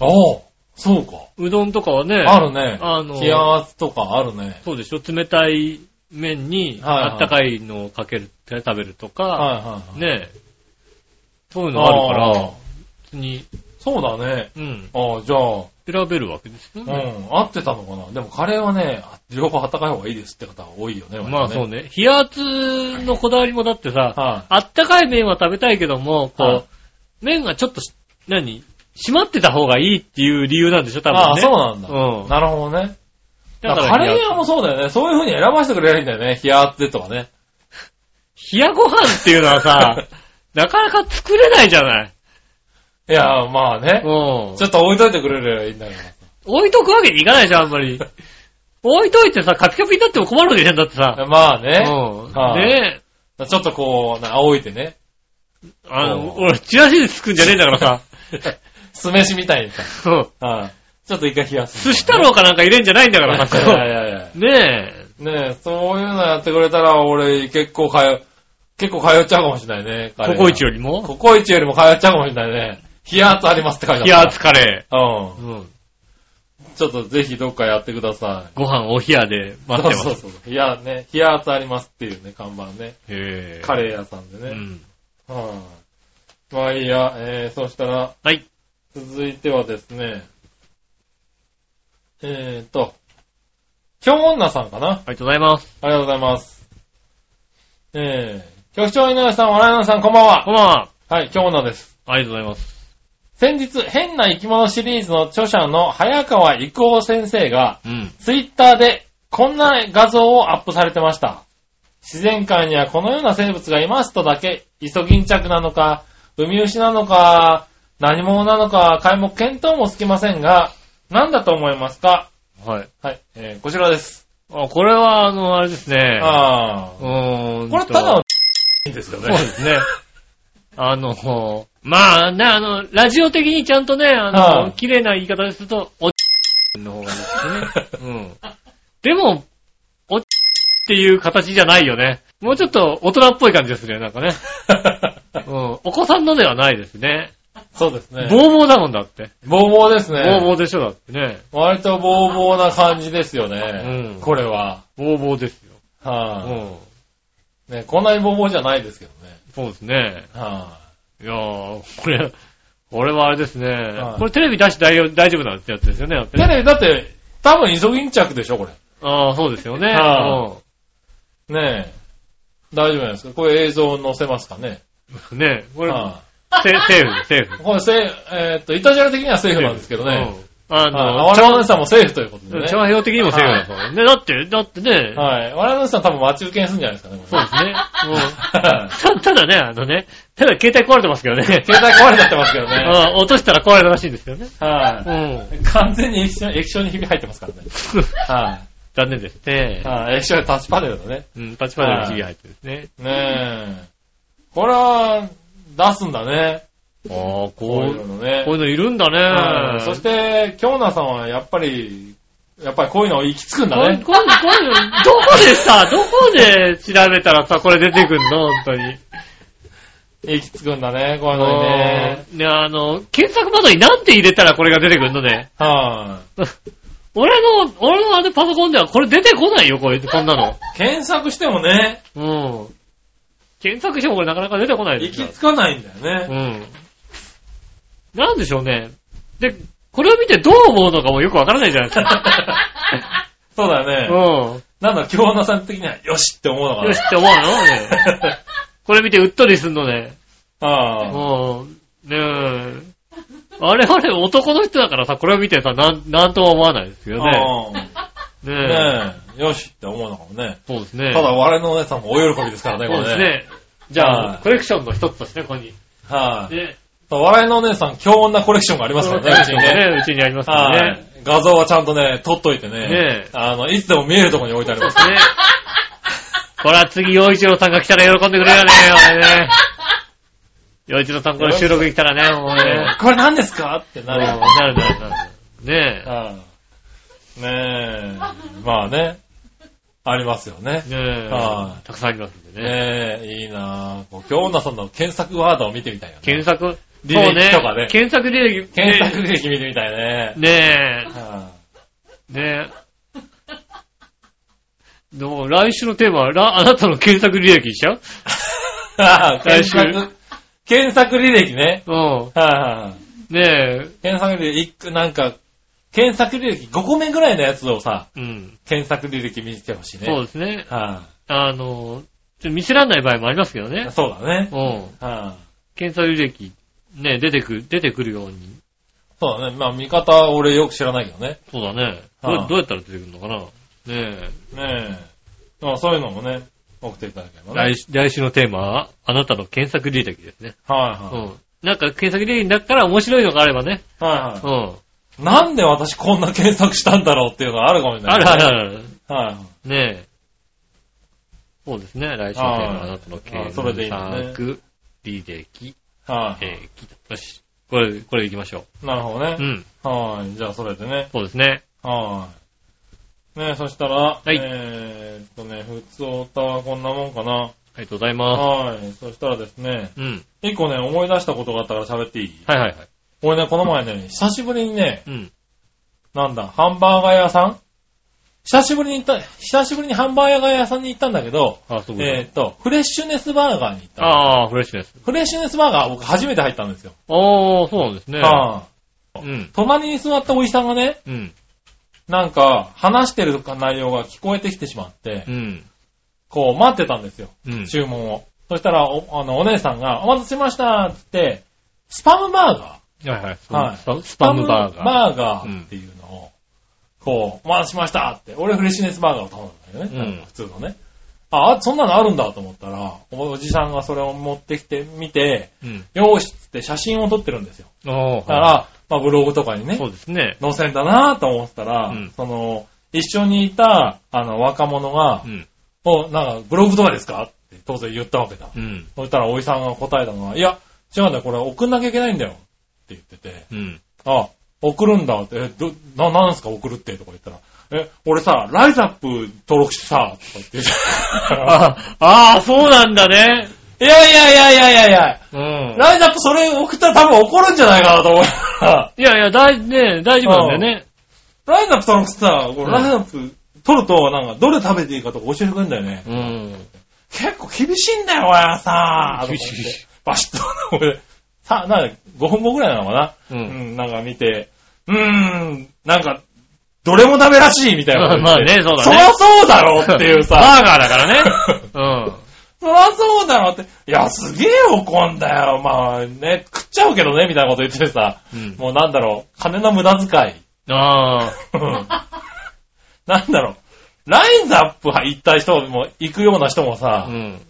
C: おうそうか。
B: うどんとかはね、
C: あるね。
B: あの
C: 冷や圧とかあるね。
B: そうでしょ冷たい麺に、
C: はいはい
B: あったかいのをかける、食べるとか、
C: はいはいはい。
B: ねえそういうのあるから、
C: あー
B: 別に、
C: そうだね。
B: うん、
C: ああ、じゃあ、
B: 選べるわけですよ
C: う
B: ね。
C: ん、合ってたのかな。でもカレーはね、両方温かい方がいいですって方が多いよね、
B: まあそう
C: ね。
B: ね。冷圧のこだわりもだってさ、
C: は
B: あったかい麺は食べたいけども、こう、
C: はい
B: 麺がちょっとし、何締まってた方がいいっていう理由なんでしょ多分ね。
C: ああ、そうなんだ。
B: うん
C: なるほどね。だ
B: だ
C: か
B: からら
C: カレー屋もそうだよね。そういう風に選ばせてくれないいんだよね。冷やってとかね。
B: 冷やご飯っていうのは
C: <laughs>
B: さ、なかなか作れないじゃない。
C: いやー、まあ
B: う
C: ね。
B: ん
C: ち。ょっと置いといてくれればいいんだけど。
B: 置いとくわけにいかないじゃん、あんまり。置いといてさ、カピカピになっても困るわけじゃんだってさ。
C: まあ
B: う
C: ね。
B: ん。
C: はい
B: ねえ。
C: ちょっとこう、な仰いてね。
B: あの、
C: うん
B: 俺、チラシでつくんじゃねえんだからさ。
C: <laughs> 酢飯みたいにさ。
B: うん
C: はい。ちょっと一回冷やす。
B: 寿司太郎かなんか入れんじゃないんだから
C: <laughs> いやい
B: さ。
C: やいや。
B: ね
C: ねえ、そういうのやってくれたら、俺、結構通う、結構通っちゃうかもしれないね。
B: え。
C: カレ
B: コ
C: ー
B: コイチよりも
C: ココイチよりも通っちゃうかもしれないね。冷圧ありますって書いてある。
B: 冷圧。カレ
C: う
B: ー。
C: ん。
B: うん。
C: ちょっとぜひどっかやってください。
B: ご飯お冷やで待ってます。
C: そうそうそう。冷やね、冷圧ありますっていうね、看板ね。
B: へえ。
C: カレー屋さんでね。
B: うん。
C: はい。まあいいや、えー、そしたら、
B: はい。
C: 続いてはですね、えーと、京女さんかな
B: ありがとうございます。
C: ありがとうございます。えー、局長井上さん、笑いのさん、こんばんは
B: こ。んばんは。
C: はい、京女です。
B: ありがとうございます。
C: 先日、変な生き物シリーズの著者の早川郁夫先生が、
B: うん。
C: ツイッターでこんな画像をアップされてました。自然界にはこのような生物がいますとだけ、イソギンチャクなのか、ウミウシなのか、何者なのか、皆目見当もつきませんが、何だと思いますか
B: はい。
C: はい、えー、こちらです。
B: あ、これは、あの、あれですね。
C: あ
B: う
C: ー。
B: ーんと。
C: これただ <laughs> の、いいんですよ
B: そう
C: ね
B: で。す
C: <laughs>
B: ね。あの、まあね、あの、ラジオ的にちゃんとね、あ
C: は
B: の、
C: い
B: 綺麗な言い方ですると、おちの方がいい
C: <laughs>
B: ですね。うん。でも、おちっていう形じゃないよね。もうちょっと大人っぽい感じがするよ、なんかね。うん。お子さんのではないですね。
C: そうですね。
B: ボーボーだもんだって。
C: ボーボーです
B: ボ
C: ね。
B: ーボーでしょ、だってね。
C: 割とボーボーな感じですよね。
B: うん
C: これは。
B: ボーボーですよ。う
C: はい、
B: ん。
C: ね、こんなにボーボーじゃないですけどね。
B: そうですね。
C: はい
B: やー、これ、俺はあれですね。
C: はい
B: これテレビ出して大丈夫大丈夫なんてやつですよね、だって
C: い、テ
B: ね。
C: レビ、だって、多分イソギンチャクでしょ、これ。
B: ああ、そうですよね。
C: は
B: うん
C: ねえ。大丈夫なんですかこれ映像載せますかね。
B: ねえ、これ、
C: は
B: セセーフ、セーフ。
C: これセーえーっと、イタジェラ的にはセーフなんですけどね。
B: うん。あ
C: はい
B: の、
C: 我々の皆さんもセーフということでね。
B: 調和表的にもセーフだからね。だって、だってね、
C: はい。我々の皆さん多分待ち受けにするんじゃないですかね。
B: そうですね。もう
C: <laughs> は
B: た
C: い
B: ただね、あのね、ただ携帯壊れてますけどね。
C: 携帯壊れちゃってますけど
B: う
C: ね。
B: ん落としたら壊れたらしいんですよね。う
C: は
B: ん。 <laughs>
C: い。完全に液晶液晶にひび入ってますからね。は
B: 残念ですね
C: い。。はい。液晶でタッチパネルのね。
B: うん、パチパチの日々入ってですね。
C: ねえ。これは、出すんだね。
B: ああ、
C: こう
B: こ、
C: いうう
B: こ
C: のね
B: うい。うのいるんだ
C: はい
B: ね。
C: そして、京奈さんはやっぱり、やっぱりこういうの行き着くんだ
B: これ、
C: ね。
B: これ、これ、どこでさ、どこで調べたらさ、これ出てくんの本当に。
C: 行き着くんだね、こういうのにね
B: ね。あの、検索窓になんて入れたらこれが出てくんのね。 <laughs>
C: は
B: 俺の、俺のあのパソコンではこれ出てこないよ、これ、こんなの。
C: い。検索してもね、
B: うん。検索してもこれなかなか出てこないで
C: 行
B: す
C: き
B: よ
C: 着かないんだよ
B: う
C: ね。
B: ん。なんでしょうね。で、これを見てどう思うのかもよくわからないじゃないです
C: <laughs>
B: か。
C: そうだよね。
B: うん。
C: なんだ、京奈さん的には、よしって思うのか
B: よしって思うの
C: <laughs>
B: ね。これ見てうっとりすんのね。
C: な。は
B: うん。ねえ。あれあれ男の人だからさ、これを見てさ、なん、なんとも思わないです
C: い。
B: よね。
C: うん
B: ねえ。
C: ねえ、よしって思うのかもね。
B: そうですね。
C: ただ、我々のお姉さんも大喜びですからね、こ
B: そうで
C: れ
B: す
C: ね。
B: ね。じゃ
C: は
B: あ、
C: い
B: コレクションの一つとして、ここに。
C: はい。
B: ね。
C: 笑いのお姉さん、強女コレクションがありますからね、うちにね。
B: ね、うちにありますから
C: は
B: ね。
C: い。画像はちゃんとね、撮っといて
B: ねえ
C: ね。あの、いつでも見えるところに置いてあります。
B: ね。これは次、洋一郎さんが来たら喜んでくれよね、俺ね。洋一郎さん、これ収録に来たらね、もうね。
C: これ何ですかってな
B: な
C: る
B: る
C: よ。
B: なるなるなる。ね
C: はいねえ。まあね。ありますよね。
B: え。ね
C: は
B: え。たくさんありますんでね。
C: ねえ、いいなぁ。こう京女さんの検索ワードを見てみたいよね。
B: 検索、
C: 履歴
B: そう
C: とかね
B: 検索履歴。
C: 検索劇見てみたいね。
B: ね
C: は
B: え、ねえ。でも、来週のテーマは、らあなたの検索履歴にしちゃう
C: い
B: 来
C: 検
B: 週
C: 索、検索履歴ね。
B: う
C: はいはい。
B: ん。ね
C: 検索履歴一個、なんか、検索履歴5個目ぐらいのやつをさ、
B: え。うん。
C: 検索履歴見てほしいね。
B: そう
C: う
B: ですね。
C: は
B: あの、ちょっと見せらんない場合もありますけど
C: い
B: ね。
C: そうだね。
B: うん。
C: はい
B: 検索履歴、ね、出てくる、出てくるように。
C: そうだね。まあ、見方は俺よく知らないけどね。
B: そうだね。ど
C: は
B: う
C: い
B: どうやったら出てくるのかなね
C: ねえ。まあ、そういうのもね、送っていただけれ
B: え。
C: ばね。
B: 来週来週のテーマは、あなたの検索履歴ですね。う
C: はいはい。
B: ん。なんか検索履歴の中から面白いのがあればね。
C: はいは
B: うん。
C: い。なんで私こんな検索したんだろうっていうのはあるかもしれな
B: あ
C: い、
B: るあるある。
C: はい。
B: ねえ。そうですね。来週のテーマはあなたの
C: あ
B: 検
C: あそれでいいのね
B: 索履歴。
C: は
B: えーきよし。これ、これ行きましょ
C: い。なるほど
B: う。う
C: ね。
B: ん。
C: はい。じゃあ、それでね。
B: そうですね。
C: はい。ねえ、そした
B: い
C: ら、えーっとね、普通オタはこんなもんかな。
B: ありがとうございま
C: はい。そしたらですね、
B: す。うん。
C: 一個ね、思い出したことがあったから喋っていい
B: はいはいはい。
C: 俺ね、この前ね、久しぶりにね、
B: うん。
C: なんだ、ハンバーガー屋さん久しぶりに行った、久しぶりにハンバーガー屋さんに行ったんだけど、
B: あ、そうです
C: えー
B: ね。
C: っと、フレッシュネスバーガーに行ったの。
B: ああ、フレッシュです。
C: フレッシュネスバーガー、僕初めて入ったんですよ。
B: ああ、そうなんですね。
C: はあ
B: うん。
C: 隣に座ったおじさんがね、
B: うん。
C: なんか、話してる内容が聞こえてきてしまって
B: う、ん。
C: こう待ってたんですよ、
B: うん。
C: 注文を。そしたら、お、あの、お姉さんが、お待たせしましたって言って、スパムバーガー
B: はいはい。ス
C: は
B: パ
C: い
B: スパスパムバーガー。
C: スパムバーガーっていうのを、こう、お待たせしましたって、俺フレッシュネスバーガーを頼んだよね。
B: うん
C: なんか普通のね。あ、あそんなのあるんだと思ったら、おおじさんがそれを持ってきてみて、
B: うん。
C: よーしっつって写真を撮ってるんですよ。
B: ああ、
C: だか
B: は
C: ら、まあブログとかに
B: い
C: ね
B: そ、うですね。
C: 載せんだなと思ったら、
B: うん
C: その、一緒にいた、あの、若者が
B: う、ん。
C: お、なんか、ブログとかですかって当然言ったわけだ。
B: うん。
C: そしたら、おじさんが答えたのは、いや、違うんだよ、これ送んなきゃいけないんだよ。って言ってて、
B: うん。
C: あ、送るんだって、え、ど、な、なんすか送るってとか言ったら、え、俺さ、ライザップ登録してさ、とか言って
B: ああー、そうなんだね。 <laughs>
C: いやいやいやいやいやいや、
B: うん。
C: ライザップそれ送ったら多分怒るんじゃないかなと思う。
B: いやいや、大、ね、大丈夫なんだよね。
C: ライザップ登録してさ、こ
B: うん
C: れライザップ取ると、なんか、どれ食べていいかとか教えてくれるんだよね。
B: うん。
C: 結構厳しいんだよ、俺はさ、
B: 厳しい厳しい
C: バシッと、俺、さ、なんか、5分後ぐらいなのかな
B: う。
C: うんん、なんか見て、うーん、なんか、どれもダメらしいみたいなこと言って。
B: まあまあねそうだね
C: そりゃそうだろうっていうさ。
B: <laughs> バーガーだからね。うん。
C: <laughs> そりゃそうだろって。いや、すげえ怒んだよ。まあね、食っちゃうけどね、みたいなこと言っててさ。
B: うん。
C: もうなんだろう、金の無駄遣い。
B: ああ、
C: うんなんだろう、ラインズアップ行った人も、行くような人もさ
B: う、ん。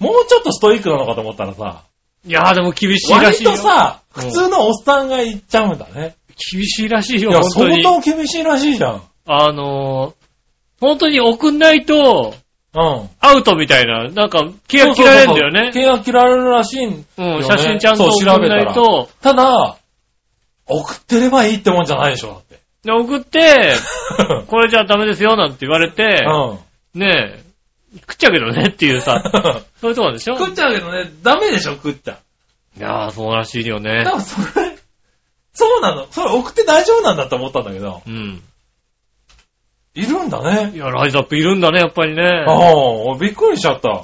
C: もうちょっとストイックなのかと思ったらさ、
B: いやーでも厳しいら
C: 割
B: しいよ
C: と。さ、
B: うん
C: 普通のおっさんが行っちゃうんだね。
B: 厳しいらしい
C: い
B: よ、
C: や、
B: 本当
C: 相
B: に。
C: 当厳しいらしいじゃん。
B: あのー、本当に送んないと、
C: うん。
B: アウトみたいな、なんか、契約切られるんだよね。
C: 契約切られるらしいん。
B: うん、
C: ね
B: 写真ちゃんと送んない
C: そう
B: と、
C: ただ、送ってればいいってもんじゃないでしょ、だ
B: <laughs>
C: って。
B: で送
C: <laughs>
B: って、これじゃダメですよ、なんて言われて、 <laughs>
C: うん。
B: ねえ、食っちゃうけどねっていう
C: <laughs>
B: さ、そういうとこなんでしょ
C: 食っちゃうけどね、ダメでしょ、食っちゃ。
B: いやー、そうらしいよね
C: 多。分それ、そうなの。それ送って大丈夫なんだと思ったんだけど、
B: うん。
C: いるんだね
B: い。や、ライズアップいるんだね、やっぱり
C: <laughs>
B: ね。
C: ああ、俺びっくりしちゃった。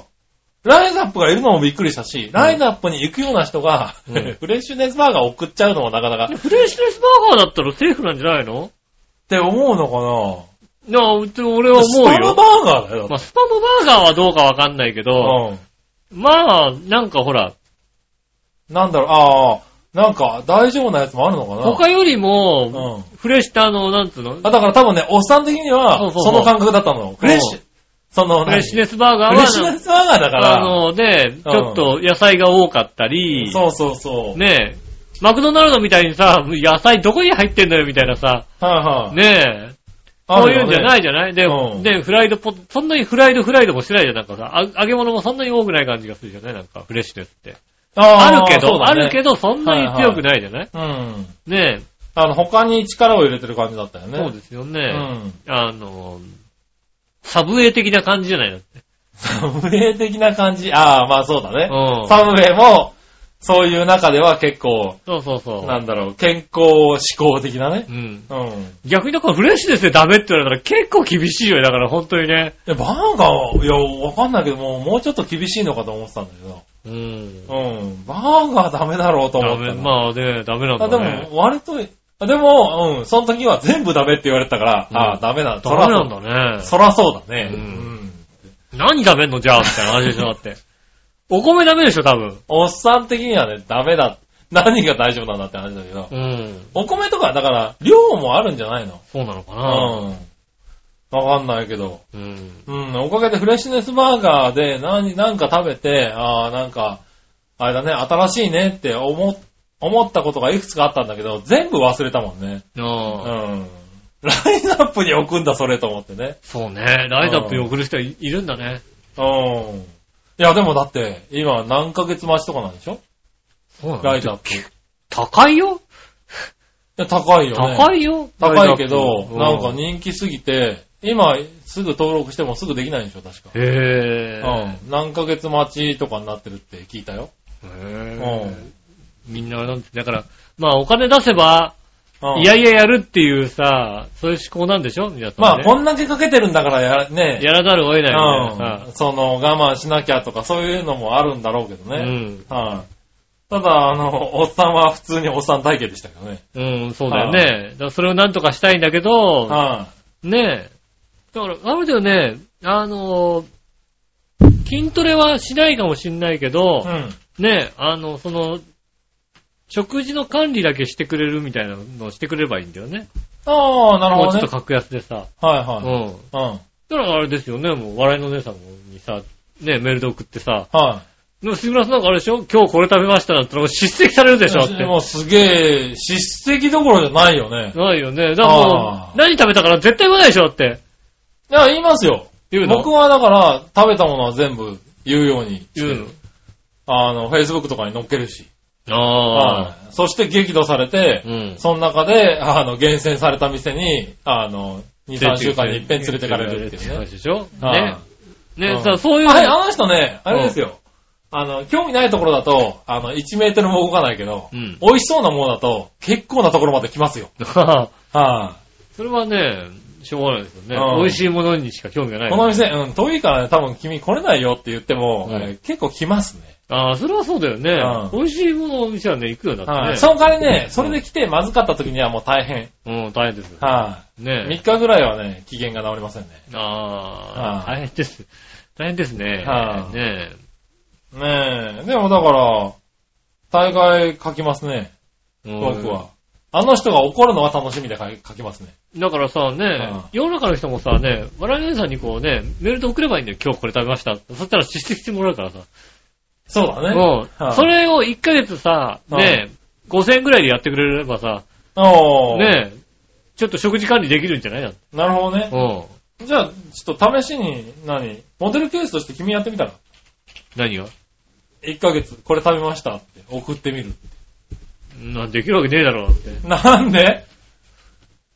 C: ライズアップがいるのもびっくりしたし、ライズアップに行くような人が、
B: うん
C: <laughs> フレッシュネスバーガー送っちゃうのもなかなか。っ
B: フレッシュネスバーガーだったらセーフなんじゃないの
C: て思うのか
B: いや、うち俺
C: な
B: は
C: ス
B: 思う
C: パム
B: よ
C: バ。ーガーだよ、だ
B: まあ、
C: っ
B: スパムバーガーはどうかわかんないけ
C: て
B: ど、まあ、なんかほら、
C: うん。なんだろう、ああ、なんか大丈夫なやつもあるのかな
B: 他よりも、
C: うん。
B: フレッシュ、あの、なんつうの
C: あだから多分ね、おっさん的に
B: そう
C: は、
B: そう
C: その感覚だったのよ。フレッシュ。その、
B: フレッシュ
C: ネス
B: ネスバーガ
C: バーガ
B: ー
C: ーフレッシュ
B: は
C: ネ、スバーガーだか
B: あ
C: ら、
B: のね、ちょっと野菜が多かったり、
C: そうそうそう。
B: ねえ、マクドナルドみたいにさ、野菜どこに入ってんのよみたいなさ、
C: はいはい。
B: ねえ、
C: あ
B: そう
C: る
B: いうん
C: よね
B: じゃないじゃないで、
C: うん
B: で、フライドポそんなにフライドフライドもしてないじゃん。なんかさ、あ揚げ物もそんなに多くない感じがするじゃないなんか、フレッシュですって。あ
C: あ
B: るけど、ある
C: ど。
B: けど、そんなに強くないじゃない、
C: うん。
B: ね
C: あの、他に力を入れてる感じだったよ
B: え、
C: ね。
B: そうですよね。
C: うん。
B: あの、サブウェイ的な感じじゃないの
C: サブウェイ的な感じ。ああ、まあそうだね。
B: うん。
C: サブウェイも、そういう中では結構、
B: そうそうそう。
C: なんだろう、健康志向的なね
B: う。ん。
C: うん。
B: 逆にだからフレッシュですね、ダメって言われたら結構厳しいよね、だから本当にね。
C: え、バーガーは、いや、わかんないけどもう、もうちょっと厳しいのかと思ってたんだけど。
B: うん。
C: うん。バーガーダメだろうと
B: ダ
C: 思っ
B: メ、
C: たの。
B: まあね、ダメなん
C: あ
B: だ
C: で
B: ね。
C: も、割と、あでも、うん、その時は全部ダメって言われたから、
B: うん
C: ああ、ダメなんだ。
B: ダメなん
C: だ。
B: だね。
C: そらそうだね。
B: うん
C: ん。
B: 何食べんのじゃあ、みたいな話でしょ、だ
C: <laughs>
B: って。お米ダメでしょ、多分。
C: おっさん的にはね、ダメだ。何が大丈夫なんだって話だけど。
B: うん。
C: お米とか、だから、量もあるんじゃないの
B: そうなのかな。
C: うん。わかんないけど。
B: うん。
C: うん、おかげでフレッシュネスバーガーで何、なんか食べて、ああ、なんか、あれだね、新しいねって思っ、思ったことがいくつかあったんだけど、全部忘れたもんね。う
B: ああ、
C: ん。ラインナップに置くんだ、それと思ってね。
B: そうね。ライトアップに送る人いいるんだね。
C: うん。いや、でもだって、今何ヶ月待ちとかなんでしょ
B: そうなんだ
C: ライトアップ。い
B: 高いよ
C: や、高いよね。
B: 高いよ
C: 高いけど、
B: う
C: なんか人気すぎて、今すぐ登録してもすぐできないんでしょ、確か。
B: へぇ
C: うん。何ヶ月待ちとかになってるって聞いたよ。
B: ー。
C: う
B: へ
C: ん
B: ーみんななんて、だから、まあお金出せば、
C: うん
B: いやいややるっていうさ、そういう思考なんでしょ皆さんね。
C: まあ、こんだけかけてるんだからやら、ね。
B: やらざるを得ないみたいな
C: うん。その、我慢しなきゃとか、そういうのもあるんだろうけど
B: さ。う
C: ね。
B: ん。
C: はい。ただ、あの、おっさんは普通におっさん体型でしたけどね。
B: うん、そうだよね。だからそれをなんとかしたいんだけど、
C: は
B: ねえ。だから、あれだよね、あのー筋トレはしないかもしんないけ
C: い。う
B: ど、
C: ん。
B: ねえ、あの、その、食事の管理だけしてくれるみたいなのをしてくれればいいんだよね。
C: ああ、なる
B: も
C: ほ
B: うちょ
C: ど
B: っと
C: ね。
B: 格安でさ。
C: はい
B: うん。
C: は
B: だ
C: い。うん。
B: からあれですよね、もう笑いの姉さんにさ、ねえ、メールで送ってさ、
C: は
B: でも杉村さんなんかあれでしょ今日これ食べましたなんてのが叱責されるでしょっ
C: い。
B: て。
C: もうすげえ、叱責どころじゃないよね。
B: ないよね。だからも
C: あ
B: う、何食べたから絶対言わないでしょだって。
C: いや、言いますよ。
B: 言うの
C: 僕はだから、食べたものは全部言うようにして
B: 言う
C: る。あの、Facebook とかに載っけるし。
B: の。ああ。
C: はいそして激怒されて、
B: うん。
C: その中で、あの、厳選された店に、あの、2、3週間に一遍連れてかれるっていうね。
B: 話でしょね
C: あ。う
B: ね、
C: ん
B: さ、そういう
C: あれ、
B: ね。
C: あの人ね、あれですよ。あの、興味ないところだと、あの、1メートルも動かないけど、
B: うん
C: 美味しそうなものだと、結構なところまで来ますよ。は
B: <laughs> それはね、しょうがないですよ
C: う
B: ね。
C: ん。
B: 美味しいものにしか興味がないい。
C: この店、うん、遠いからね、多分君来れないよって言っても、
B: うん
C: えー結構来ますね。
B: ああ、それはそうだよね
C: う。ん
B: 美味しいもののお店はね、行くよな
C: は
B: っ
C: い。
B: てね。
C: その代わりね、それで来てまずかった時にはもう大変。
B: うん、大変ですよ。
C: は
B: ね
C: い。3日ぐらいはね、機嫌が治りませんね。
B: ああ、大
C: はい
B: 変です。大変ですね。
C: はい
B: ねえ
C: ねえ。でもだから、大概書きますね。僕は。あの人が怒るのは楽しみで書き書きますね。
B: だからさ、ね、
C: うん
B: 世の中の人もさ、ね、笑い姉さんにこうね、メールで送ればいいんだよ。今日これ食べました。そしたら出席してもらうからさ。
C: そうだね。
B: うん。それを1ヶ月さ、ね、5000円くらいでやってくれればさ、
C: おー。
B: ね、ちょっと食事管理できるんじゃないだって。
C: なるほどね。
B: うん。
C: じゃあ、ちょっと試しに、何モデルケースとして君やってみたら
B: 何が
C: ?1 ヶ月、これ食べましたって送ってみる。
B: なんできるわけねえだろ、だって。
C: なんで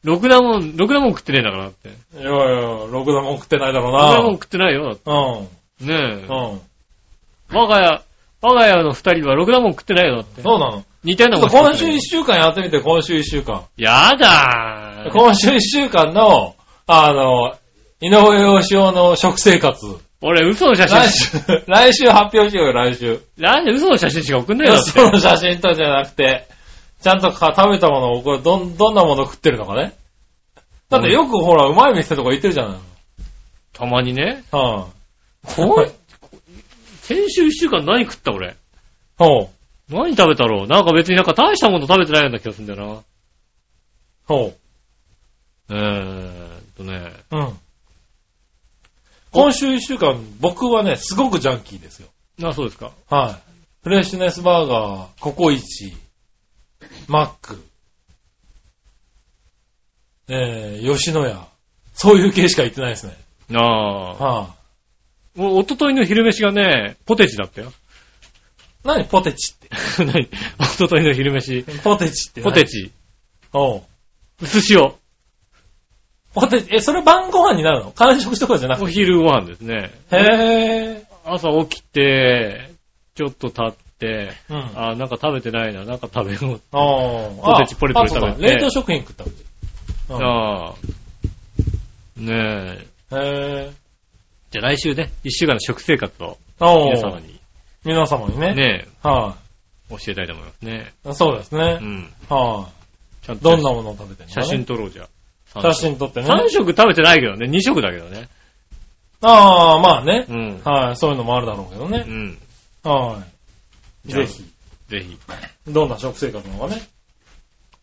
B: ろくなもん、ろくなもん食ってねえんだから、だって。
C: いやいや、ろくなもん食ってないだろう
B: ろくなもん
C: な。
B: 食ってないよ、だってねえ。
C: うん。うん。
B: 我が家、我が家の二人はろくなもん食ってないよ、だって。
C: そうなの。
B: 似たよう
C: ちょ
B: な
C: っ
B: も
C: と
B: ん食って
C: 今週
B: ない
C: 1週間やってみて、今週1週間。
B: やだー。
C: 今週1週間の、あの、井上洋雄の食生活。
B: 俺、嘘の写
C: 来
B: 真、
C: 週、来週発表しようよ、来週。
B: なんで嘘の写真しか送んないよ、だって。
C: その写真とじゃなくて、ちゃんとか食べたものを、これ、どん、どんなものを食ってるのかね。だってよくほら、うまい店とか行ってるじゃない
B: たまにね。
C: の。
B: こう、先週一週間何食った俺。
C: うん。ほう。
B: 何食べたろうなんか別になんか大したもの食べてないような気がするんだよ
C: ほ
B: な。えーっとね。
C: う。うん。今週1週間、僕はね、すごくジャンキーですよ。
B: あ、そうですか。
C: はい。フレッシュネスバーガー、ココイチ、マック、えー、吉野家。そういう系しか行ってないですね。
B: ああ。
C: は
B: もう、おとといの昼飯がね、ポテチだったよ。
C: い。何ポテチって。
B: <laughs> 何おとといの昼飯。
C: ポテチって
B: ポ
C: 何。
B: テチ。
C: おう。
B: 寿司を。
C: ポテチ、え、それ晩ご飯になるの完食とかじゃなく
B: お昼ご飯ですね。
C: て。へ
B: 朝起きて、ちょっと立って、
C: ぇー。うん。
B: あー、なんか食べてないな、なんか食べよう。
C: おー
B: ポテチポリポリ
C: あそうだ
B: 食べて
C: 冷凍食品食ったの。
B: ああ。ねえ。
C: うん。へぇー。
B: じゃあ来週ね、一週間の食生活を
C: お
B: 皆様
C: ー
B: に
C: 皆様にね。
B: ね、
C: は
B: 教えたいと思いますね。
C: い。そうです
B: う
C: ね。
B: ん。
C: は
B: ちゃん
C: い。どん
B: な
C: なものを食べてるのか
B: 写
C: ね
B: 真撮ろうじゃあ。
C: 写真撮ってね。
B: 3食食べてないけどね、2食だけどね。
C: ああ、まあね
B: う。ん。
C: はい、そういうのもあるだろうけど
B: う
C: ね。
B: ん。
C: は
B: じ
C: い。
B: ゃあ
C: ぜひ、
B: ぜひ。
C: どんな食生活なのかね。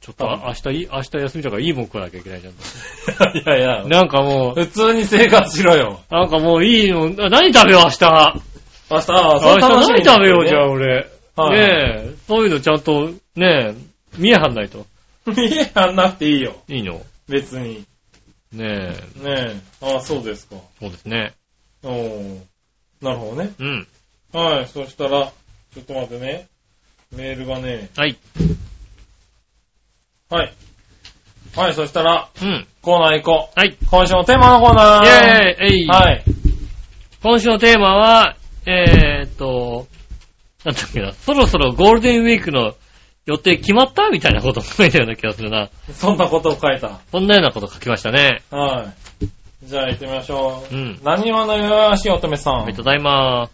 B: ちょっと、あ明日いい、明日休みだからいいもん食わなきゃいけ <laughs> ないじゃん。
C: いやいや、
B: なんかもう、
C: 普通に生活しろよ。
B: なんかもういいの、あ何食べよう明日。
C: 明日、ああそ
B: 明
C: れ
B: 日
C: 楽しみ
B: 何
C: に
B: 食べようじゃあ俺。
C: はい
B: ねえ、そういうのちゃんと、ねえ、見えはんないと。
C: <laughs> 見えやんなくていいよ。
B: いいの。
C: 別に。
B: ねえ、
C: ねえ。ああ、そうですか。
B: そうですね。
C: おーなるほどね。
B: うん。
C: はい、そしたら、ちょっと待ってね。メールがね。
B: はい。
C: はい。はい、そしたら、
B: うん。
C: コーナー行こ
B: はい。イ
C: う。今週のテーマのコーナー。
B: ェーイえい
C: はい。
B: 今週のテーマは、えーっと、なんだっけな、そろそろゴールデンウィークの予定決まったみたいなことを書いたような気がするな。
C: そんなことを書いた。
B: こんなようなこと書きましたね。
C: はい。じゃあ行ってみましょう。
B: うん
C: 何話のよよしい乙女さ
B: あり
C: ん
B: がとう。ございま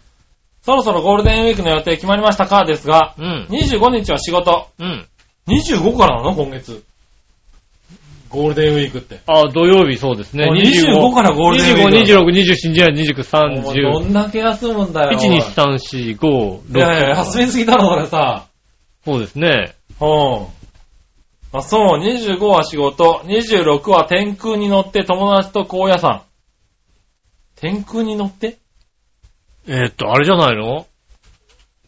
C: そろそろゴールデンウィークの予定決まりましたかですが
B: す。、うん。
C: 25日は仕事。
B: うん。
C: 25からなの今月。ゴールデンウィークって。
B: あ、土曜日そうですね。
C: あ25からゴールデンウィーク
B: 25、26、27、
C: お前
B: 28、29、
C: どんだけ休むんだよ。
B: 30。1、2、3、4、5、
C: いやいや、休
B: 6。
C: みすぎだろ、俺さ。
B: そうですね。
C: うん。あ、そう、25は仕事、26は天空に乗って友達と高野山。天空に乗って
B: えーっと、あれじゃないの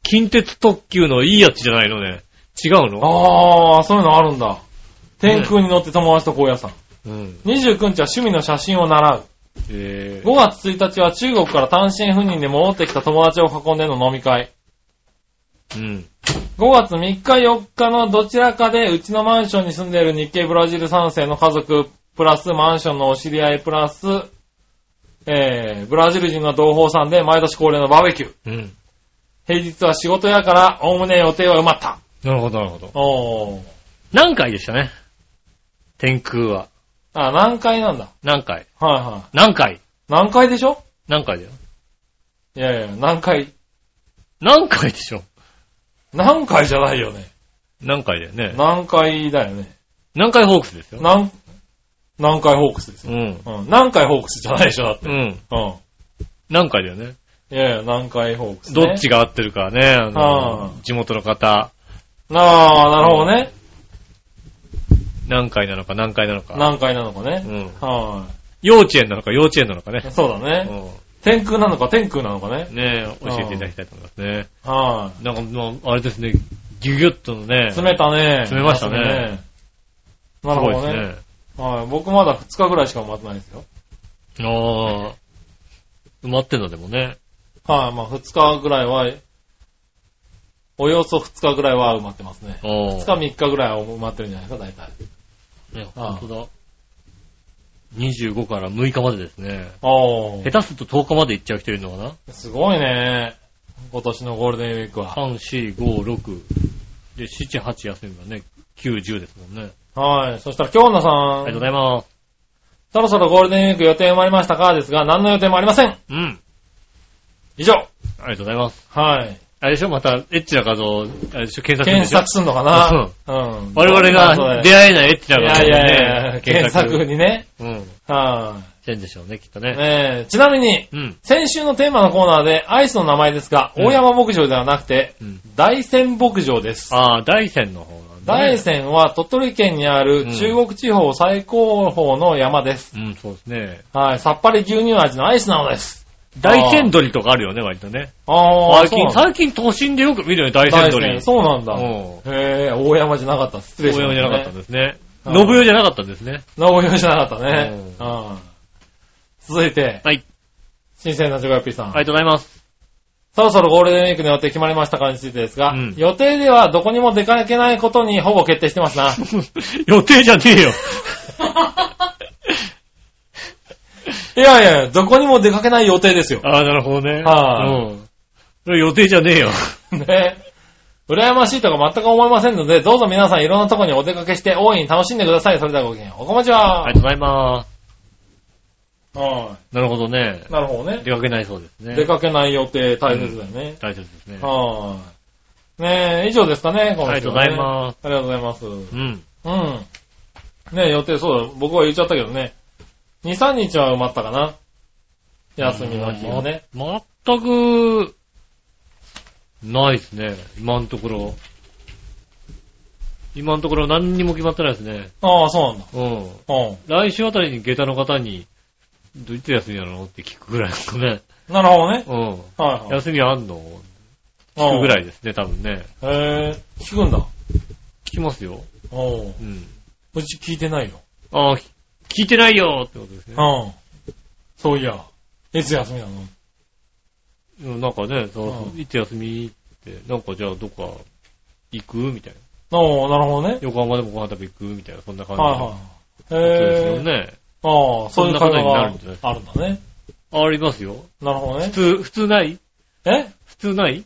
B: 近鉄特急のいいやつじゃないのね。違うの
C: ああ、そういうのあるんだ。天空に乗って友達と高野山。
B: うん。
C: 29日は趣味の写真を習う。
B: えー
C: 5月1日は中国から単身赴任で戻ってきた友達を囲んでの飲み会。
B: うん。
C: 5月3日4日のどちらかでうちのマンションに住んでいる日系ブラジル3世の家族、プラスマンションのお知り合い、プラス、えー、ブラジル人の同胞さんで毎年恒例のバーベキュー。
B: うん。
C: 平日は仕事やから、おおむね予定は埋まった。
B: なるほど、なるほど。
C: おー。
B: 何回でしたね。天空は。
C: あ、何回なんだ。
B: 何回
C: はいはい。
B: 何回
C: 何回でしょ
B: 何回だよ。
C: いやいや、何回。
B: 何回でしょ
C: 何回じゃないよね。
B: 何回だよね。
C: 何回だよね。
B: 何回ホークスですよ。
C: 何、何回ホークスですよ
B: うん。
C: うん。何回ホークスじゃないでしょ、だって。
B: うん。
C: うん。
B: 何回だよね。
C: いやいや、南海ホークス、
B: ど
C: ね。
B: っちが合ってるかね、あ
C: はあ
B: の、地元の方、
C: ああ、なるほどね。
B: 何回なのか何回なのか。
C: 南海なのかね
B: う。ん。
C: は
B: 幼稚園なのか幼稚園なのか
C: い。
B: ね。
C: そうだ
B: う
C: ね。天空なのか天空なのかね。
B: ん。ねえ、教えていただきたいと思いますね。
C: は
B: なんか、もうあれですね、ギュギュッとのね
C: い。、詰めたね。
B: 詰めましたね
C: 詰めねなるほど
B: すごい
C: ね。
B: で
C: はい。僕まだ2日ぐらいしか待ってないですよ。
B: すね。ああ、埋まってんのでもね。
C: はい。まあ2日ぐらいは、およそ2日ぐらいは埋まってますね。
B: お
C: 2日3日ぐらいは埋まってるんじゃないですか、大体。
B: ね、
C: ああ
B: 本当だ。25から6日までですね。
C: お
B: 下手すると10日まで行っちゃう人いるのかな
C: ー。すごいね。今年のゴールデンウィークは。
B: ?3、4、5、6。で、7、8休みがね、9、10ですもんね。
C: はい。そしたら、京奈さ
B: ありがとうんご。ざいます。
C: そろそろゴールデンウィーク予定もありましたかですが、何の予定もありません。
B: うん。
C: 以上。
B: ありがとうございます。
C: はい。
B: あれでしょまた、エッチな画像、あれでしょ検索
C: 検
B: でしょ
C: 索すんのかなうん。
B: 我々が
C: 出
B: 出会えないエッチな画像
C: い
B: をね
C: やいやいや、検索。にね。
B: うん。
C: は
B: してんでしょうね、きっと
C: い。
B: ね。
C: ねえちなみに、
B: うん。
C: 先週のテーマのコーナーで、アイスの名前ですが、
B: うん
C: 大山牧場ではなくて、
B: うん。
C: 大山牧場です。
B: ああ、大山の方なんだ、ね。
C: 大山は鳥取県にある中国地方最高峰の山です。
B: うん、そうですね。
C: はい。さっぱり牛乳味のアイスなのです。
B: 大山鳥とかあるよね、割とね。
C: ああ、
B: 最
C: そうなん
B: 近、
C: だ
B: 最近都心でよく見るよね、大
C: 大
B: 山
C: 山
B: 鳥。
C: そうなんだ。
B: うん
C: へえ、大山じゃなかった。失礼し
B: 大
C: ました、
B: 山じ
C: ね。
B: ゃなかったんですね。
C: うん
B: 信代じゃなかったんですね。
C: な大山じゃなかったね。うん。続いて、
B: はい。
C: 新鮮なジョガピーさん。
B: ありがとうございます。 <laughs>
C: そろそろゴールデンウィークの予定決まりましたかについてですが、
B: うん
C: 予定ではどこにも出かけないことにほぼ決定してます <laughs> な。
B: 予定じゃねえよ。
C: いやいや、どこにも出かけない予定ですよ。
B: ああ、なるほどね。
C: は
B: う
C: い
B: ん。それ予定じゃねえよ。
C: ね。羨ましいとか全く思いませんので、どうぞ皆さんいろんなとこにお出かけして大いに楽しんでください。それではごきげんよう。おこまちは。
B: ありがとうございます。
C: は
B: なるほどね
C: い。。なるほどね。
B: 出かけないそうですね。
C: 出かけない予定大切だよね。
B: 大切ですね。
C: はーい。ねえ、以上ですかね、今
B: ありがとうございます。
C: す。ありがとうございます。
B: うん。
C: うん。ねえ、予定そうだ、僕は言っちゃったけどね。2、3日は埋まったかな。休みの日をね。
B: ま。全く、ないですね。今のところ。今のところ何にも決まってないですね。
C: ああ、そうなんだ。
B: うん。
C: う
B: 来週あたりに下駄の方に、どいつ休みなのって聞くぐらいですかね。
C: ん。なるほどね。
B: うん。
C: はいはい。
B: 休みあんの聞くぐ
C: い。
B: らいですね、多分ね。
C: へえ、聞くんだ。
B: 聞きますよ。
C: おう
B: うん。
C: うち聞いてないよ。
B: ああ、き聞いてないよってことですね。
C: うん。そういや。いつ休みなの
B: うんなんかね、そうのいつ休みって、なんかじゃあどっか行くみたいな。
C: おうなるほどね。
B: 横浜でもご飯食べ行くみたいな、そんな感じ
C: はいはい。
B: そうです
C: へ
B: よ
C: え。
B: ね。
C: ああ、そうい
B: そん
C: う会話
B: なことにな
C: が
B: るんじゃない
C: あるんだね。
B: ありますよ。
C: なるほどね
B: 普。通、普通ない
C: え
B: 普通ない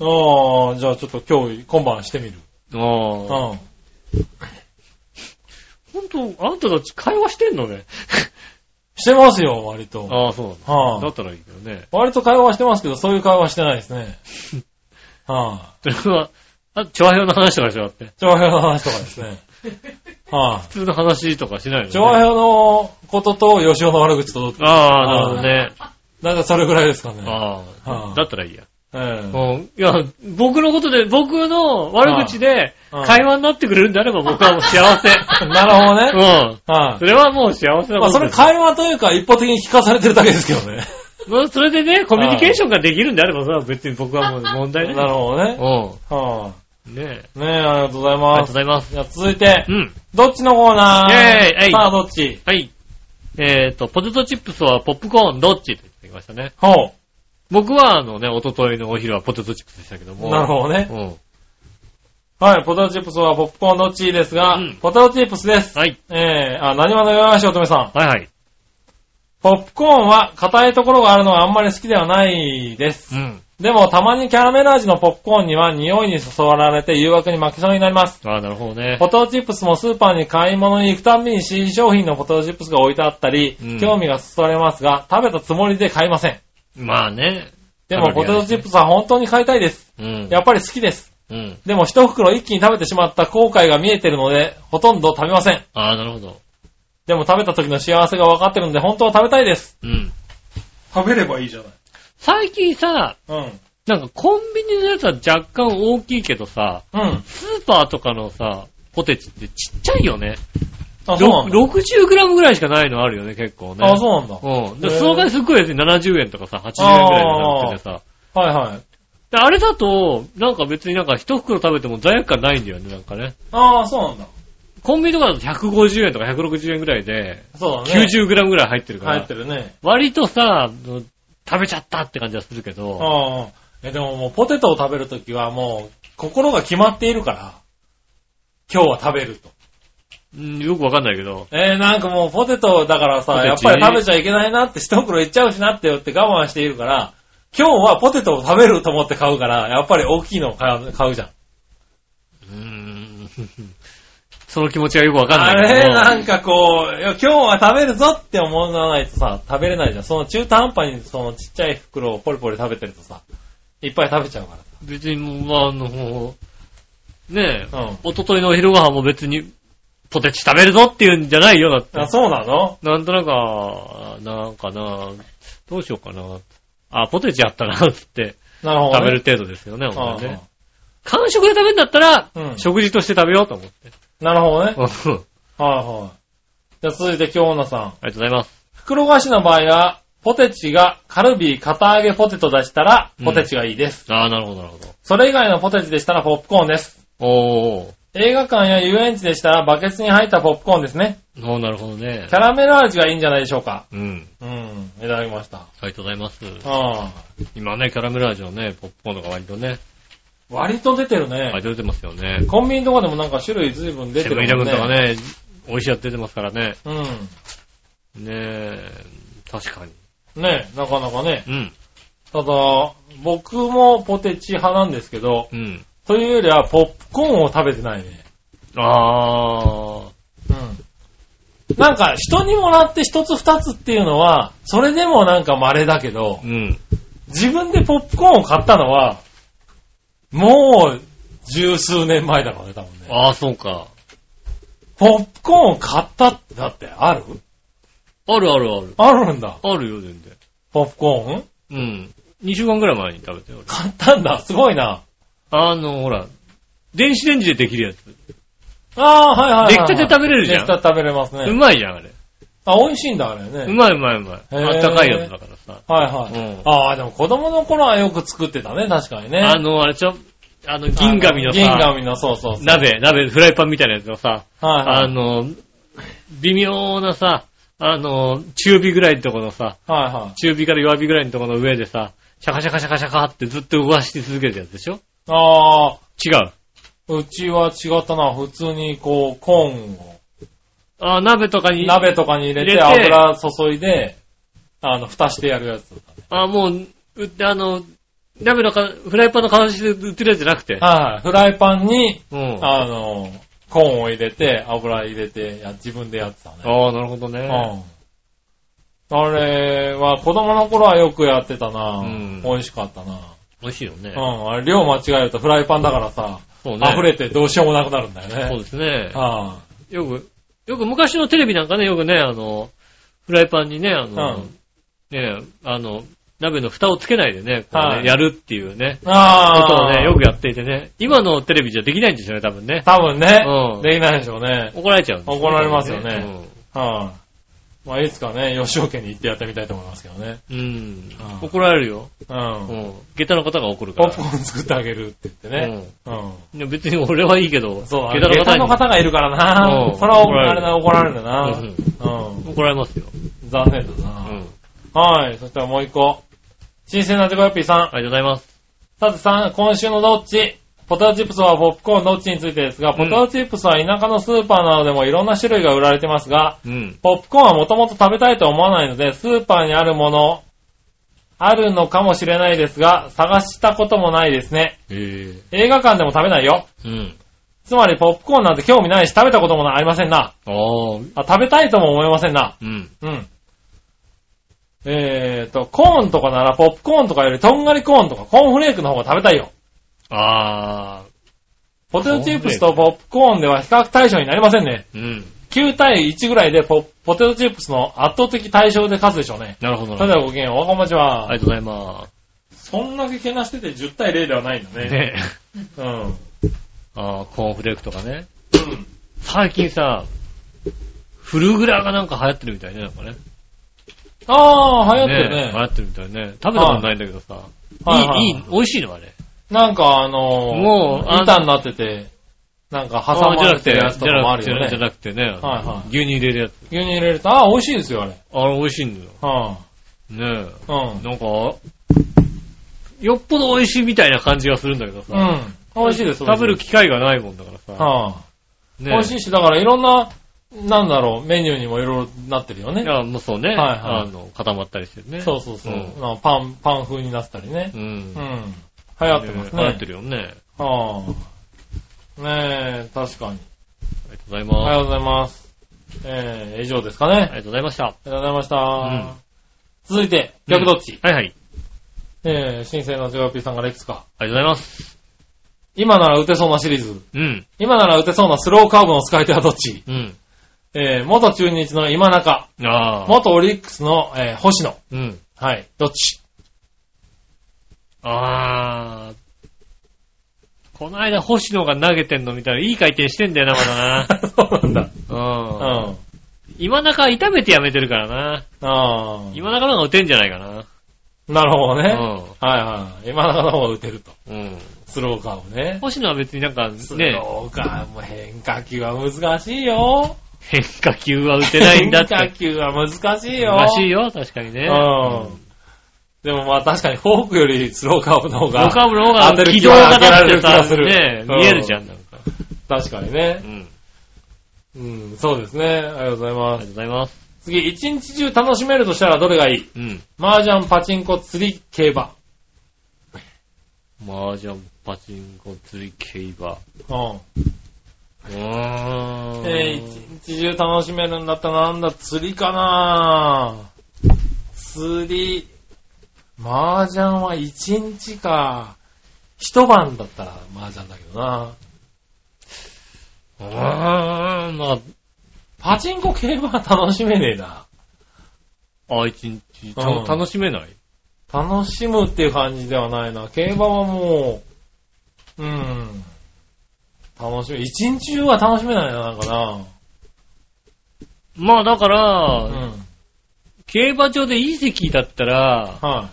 C: ああ、じゃあちょっと今日、今晩してみる。
B: ああ。
C: うん。
B: ほんと、あんたたち会話してんのね。
C: してますよ、割と。
B: ああ、 <laughs> そうなんだ。だ
C: はあ、
B: ったらいいけどね。
C: 割と会話はしてますけど、そういう会話はしてないで
B: <laughs>
C: すね。は
B: それは、あ、調和表の話とかでしょだって。
C: い。長平の話とかですね。は
B: 普通の話とかしないの
C: い。
B: ね。
C: 長平のことと吉尾の悪口と、
B: ああ、なるほどね。
C: なんかそれぐらいですかね。
B: あ
C: は
B: あ
C: い。
B: だったらいいや。
C: ええ
B: うん。いや、僕のことで、僕の悪口で
C: はい
B: 会話になってくれるんであれば僕はもう幸せ。
C: <laughs> なるほど
B: う
C: ね。
B: ん。
C: は
B: それはもう幸せ
C: い。
B: な
C: ま
B: こ
C: あ
B: と
C: それ
B: です
C: 会話というか一方的に聞かされてるだけですけどね。
B: まあそれでね、コミュニケーションができるんであれば、それは別に僕はもう問題ない。
C: <laughs> なるほどね。
B: うん。
C: は
B: ねえ。
C: い。ねえ、ありがとうござ
B: ありが
C: い
B: とう
C: ま
B: ご
C: す。
B: ざいます。
C: じゃあ続いて
B: う、ん。
C: どっちのコーナー
B: イェーイえい
C: さあどっち
B: はい。えっと、ポテトチップスはポップコーンどっちと言ってきましたね。
C: ほ
B: 僕は、あのね、おとといのお昼はポテトチップスでしたけど
C: う。
B: も。
C: なるほどね。
B: うん。
C: はい、ポテトチップスはポップコーンどっちですが、
B: うん
C: ポテトチップスです。
B: はい。
C: えー、あ、何話のよやしおとめさん。
B: はいはい。
C: ポップコーンは硬いところがあるのはあんまり好きではないです。
B: うん。
C: でもたまにキャラメル味のポップコーンには匂いに誘われて誘惑に負けそうになります。
B: ああ、なるほどね。
C: ポテトチップスもスーパーに買い物に行くたんびに新商品のポテトチップスが置いてあったり、
B: うん
C: 興味がそそられますが、食べたつもりで買いません。
B: まあね。
C: でも
B: カロ
C: ポ
B: リ
C: テ
B: ーある
C: トチップスは本当に買いたいです。
B: うん。
C: やっぱり好きです。
B: うん。
C: でも一袋一気に食べてしまった後悔が見えてるので、ほとんど食べません。
B: ああ、なるほど。
C: でも食べた時の幸せが分かってるんで、本当は食べたいです。
B: うん。
C: 食べればいいじゃない。
B: 最近さ、
C: うん。
B: なんかコンビニのやつは若干大きいけどさ、
C: うん。
B: スーパーとかのさ、ポテチってちっちゃいよね。
C: あ、そうなんだ。
B: 60g ぐらいしかないのあるよね、結構ね。
C: あ、そうなんだ。
B: うん。で、
C: へー
B: その回すっごい安い70円とかさ、80円ぐらいになっててさ。
C: はいはい。
B: であれだと、なんか別になんか一袋食べても罪悪感ないんだよね、なんかね。
C: ああ、そうなんだ。
B: コンビニとかだと150円とか160円ぐらいで、
C: そうだね。
B: 90g ぐらい入ってるか
C: 入
B: ら
C: っ。てるね。
B: 割とさ、食べちゃったって感じはするけど、
C: ああ。え、でももうポテトを食べるときはもう心が決まっているから、今日は食べると。
B: うん、よくわかんないけど、
C: えー、なんかもうポテトだからさ、
B: ポ
C: や
B: テ
C: っ
B: チ
C: ぱり食べちゃいけないなって一袋いっちゃうしなってよって我慢しているから、今日はポテトを食べると思って買うから、やっぱり大きいのを買う買うじゃん。
B: うーん、 <laughs> その気持ちがよくわかん
C: あ
B: ないけ
C: れ、
B: ど、
C: なんかこう、いや今日は食べるぞって思わないとさ、食べれないじゃん。その中途半端にそのちっちゃい袋をポリポリ食べてるとさ、いっぱい食べちゃうか
B: 別にもう、まあ、あの、ねえ、
C: ら。うん。
B: おとといのお昼ご飯も別に、ポテチ食べるぞっていうんじゃないよ、だって。
C: あ、そうなの
B: なんとなく、あーなんかな、どうしようかな。あ、ポテチやったな、つって、
C: なるほど、ね。
B: 食べる程度ですよね、ほんとに
C: あ
B: ね。完食で食べるんだったら、
C: うん
B: 食事として食べようと思って。
C: あなるほどね。
B: うん
C: はいはい。じゃあ続いて京女さん。
B: ありがとうございます。
C: 袋菓子の場合は、ポテチがカルビー片揚げポテトでしたら
B: う、ん
C: ポテチがいいです。
B: ああ、なるほど、なるほど。
C: それ以外のポテチでしたらポップコーンです。
B: おー。
C: 映画館や遊園地でしたらバケツに入ったポップコーンですね。
B: おー、なるほどね
C: キ。ャラメル味がいいんじゃないでしょうか。
B: うん。
C: うん、いただきました。
B: ありがとうございます。
C: ああ。
B: 今ね、キャラメル味のね、ポップコーンとか割とね、
C: 割と出てるね。
B: 割と出てますよね。
C: コンビニとかでもなんか種類随分出て
B: セ
C: る
B: ブン
C: もん
B: イレブンとか。ね、美味しいやつ出てますからね。ねえ、確かに。
C: うん。ねなかなかね。
B: うん。
C: ただ、僕もポテチ派なんですけど、
B: うん。
C: というよりはポップコーンを食べてないね。
B: あー。
C: うん。なんか、人にもらって一つ二つっていうのは、それでもなんか稀だけど
B: う、ん。
C: 自分でポップコーンを買ったのは、もう、十数年前だからね、多分ね。
B: あー、そうか。
C: ポップコーンを買ったって、だってある
B: あるあるある。
C: あるんだ。
B: あるよ、全然。
C: ポップコーン
B: うん。2週間ぐらい前に食べてよ。俺
C: 買ったんだ。すごいな。
B: あの、ほら、電子レンジでできるやつ。
C: ああ、はいはいはいはい。
B: 出来たて食べれるじゃん
C: 出来たて食べれます
B: う
C: ね。
B: まいじゃん、あれ。
C: あ、美味しいんだ、あれ
B: う
C: ね。
B: まいうまいうまい。
C: へー
B: あったかいやつだからさ。
C: はいはい。
B: うん
C: ああ、でも子供の頃はよく作ってたね、確かにね。
B: あの、あれちょ、あの、銀紙のさ、
C: 銀紙の、そうそうそう。
B: 鍋、鍋、フライパンみたいなやつのさ、
C: はいはい。
B: あの、微妙なさ、あの、中火ぐらいのとこのさ、
C: はいはい。
B: 中火から弱火ぐらいのとこの上でさ、シャカシャカシャカシャカってずっと動かし続けるやつでしょ
C: ああ、
B: 違う。
C: うちは違ったな。普通にこう、コーンを、
B: あ鍋とかに、
C: 鍋とかに入れて
B: 入れて
C: 油注いで、あの、蓋してやるやつ。
B: あ、もう、うってあの、鍋のか、フライパンの形で売ってるやつじゃなくて、
C: はいはい。フライパンに、
B: うん。あ
C: あの、コーンを入れて、油入れて、や自分でやってたね。
B: あ、なるほどね。
C: うん。あれは子供の頃はよくやってたな、
B: うん
C: 美味しかったな。
B: 美味しいよね
C: う。ん。あれ量間違えるとフライパンだからさ、
B: そうね。
C: 溢れてどうしようもなくなるんだよね。
B: そうですね。
C: あ
B: よく、よく昔のテレビなんかね、よくね、あの、フライパンにね、あの、
C: うん
B: ね、あの、鍋の蓋をつけないでね、こうね
C: はい
B: やるっていうね、
C: あ。
B: こと
C: あ
B: を
C: あ。
B: ね、よくやっていてね、今のテレビじゃできないんですよね、多分ね。
C: 多分ね、
B: うん
C: できないでしょうね。
B: 怒られちゃうんですよ
C: 怒られますよね。はい、まあ、いつかね、吉尾家に行ってやってみたいと思いますけどね。
B: うん。うん
C: うん
B: 怒られるよ。
C: う。
B: うんん。下駄の方が怒るか
C: ポッ
B: ら
C: プコ。ーン作ってあげるって言ってね。うん。
B: うん。いや別に俺はいいけど、
C: そう、
B: 下
C: 下
B: 駄の
C: 駄
B: 方
C: の
B: に
C: 方がいるからな。
B: うん
C: それは怒られるな、怒られるな。
B: う
C: うんん。
B: 怒られますよ。
C: 残念だ
B: うん。
C: な。
B: あり
C: はい。そしたらもう一個。新鮮なデコヨッピーさん。
B: がとうございます。
C: さてさん、今週のどっちポテトチップスはポップコーンどっちについてですが、
B: ん
C: ポテトチップスは田舎のスーパーなどでもいろんな種類が売られてますが、
B: うん。
C: ポップコーンはもともと食べたいと思わないので、スーパーにあるもの、あるのかもしれないですが、探したこともないですね。
B: え
C: 映画館でも食べないよ。
B: え。うん。
C: つまりポップコーンなんて興味ないし食べたこともありませんな。
B: ああ、
C: あ食べたいとも思いませんな。
B: うん。
C: うん。えーと、コーンとかならポップコーンとかよりとんがりコーンとかコーンフレークの方が食べたいよ。
B: ああ、
C: ポテトチップスとポップコーンでは比較対象になりませんね。
B: うん。
C: 9対1ぐらいでポポテトチップスの圧倒的対象で勝つでしょうね。
B: なるほど
C: そ
B: なるほ
C: れではごきげんよう、おはこんばんち
B: ど。
C: は。
B: ありがとうございま
C: そんだけけなしてて10対0ではないんだ
B: す。
C: ね。
B: ね
C: うん。
B: あーコーンフレークとかね。最近さ、フルグラがなんか流行ってるみたいね、なんかね。
C: ああ、流行ってるね。
B: 流行ってるみたいね。食べたことないんだけどさ。
C: はいはい
B: いい、いい、美味しいのあれ。
C: なんかあのー
B: もうあの
C: 板になってて、なんか挟
B: あーじゃ
C: ま
B: な
C: れ
B: くて、
C: てるやつとかもあるよ
B: じゃ
C: ね。
B: なくてじゃなくてね。
C: はいはい
B: 牛乳入れるやつ。
C: 牛乳入れると、ああ、美味しいですよ、あれ。
B: あれ美味しいんだよ。
C: は
B: ね
C: あ、うん
B: え。。なんか、よっぽど美味しいみたいな感じがするんだけどさ。
C: うん。美味しいです、
B: 食べる
C: 美味しい
B: 機会がないもんだから
C: です
B: さ。
C: はあ、
B: ね
C: 美味しいし、だからいろんな、なんだろう、メニューにもいろいろなってるよね
B: い。や、もうそうね。
C: はいはい
B: あの、固まったりしてね。
C: そうそうそう。
B: ん
C: なんかパン、パン風になったりね
B: う。ん。
C: う
B: ね
C: ん。流行ってますね。
B: 流行ってるよね。あり
C: はあ、ねえ、確かに。
B: がとうござい
C: おは
B: ま
C: よ
B: す。
C: うございます。えー、以上ですか
B: あり
C: ね。
B: がとうございました。
C: ありがとうございました。
B: ん
C: 続いて、逆どっち、
B: はいはい。
C: えー、新生の JYP さんがレックスか。
B: ありがとうございます。
C: 今なら打てそうなシリーズ。
B: うん。
C: 今なら打てそうなスローカーブの使い手はどっち
B: うん。
C: えー、元中日の今中。
B: ああ。
C: 元オリックスの、えー、星野。
B: うん。
C: はい。どっち
B: ああ。この間、星野が投げてんの見たら、いい回転してんだよな、ま
C: <laughs> そうなんだ。
B: <laughs> だ
C: う
B: な。うん。
C: ん。
B: 今中、痛めてやめてるからな。
C: ああ。
B: 今中の方が打てんじゃないかな。
C: なるほどね。
B: う
C: はいはい。今中の方が打てる
B: ん。
C: と。
B: うん。
C: スローカーブね。
B: 星野は別になんか、
C: ス
B: ね、
C: ローカーブ、変化球は難しいよ。
B: 変化球は打てないんだって。
C: 変化球は難しいよ。
B: らしいよ、 <laughs> 確かにね。
C: うん。でもまあ確かにフォークよりスローカーブの方
B: ロ
C: が。
B: カブの方が
C: 当てる
B: 軌
C: 気
B: 道
C: は
B: が
C: 当てられ
B: 立って
C: る気が
B: さ、
C: する
B: ね、
C: うん
B: 見えるじゃん、なんか。
C: 確かに
B: う
C: ね。
B: ん。
C: うん、そうですね。ありがとうござい
B: ありが
C: ま
B: と
C: す。
B: うございます。
C: 次、一日中楽しめるとしたらどれがいい
B: うん。
C: 麻雀、パチンコ、釣り、競馬。
B: 麻雀、パチンコ、釣り、競馬。
C: うん。
B: うーん。
C: えー、一日中楽しめるんだったらなんだ、釣りかな釣り。麻雀は一日か。一晩だったら麻雀だけどな。
B: うーん、ま
C: パチンコ競馬は楽しめねえな。
B: あ、あ、一日、た
C: うん
B: 楽しめない
C: 楽しむっていう感じではないな。競馬はもう、うん。楽しめ、一日中は楽しめないな、なんかな。
B: まあ、だか
C: う
B: ら、
C: ん。
B: 競馬場でいい席だったら、
C: は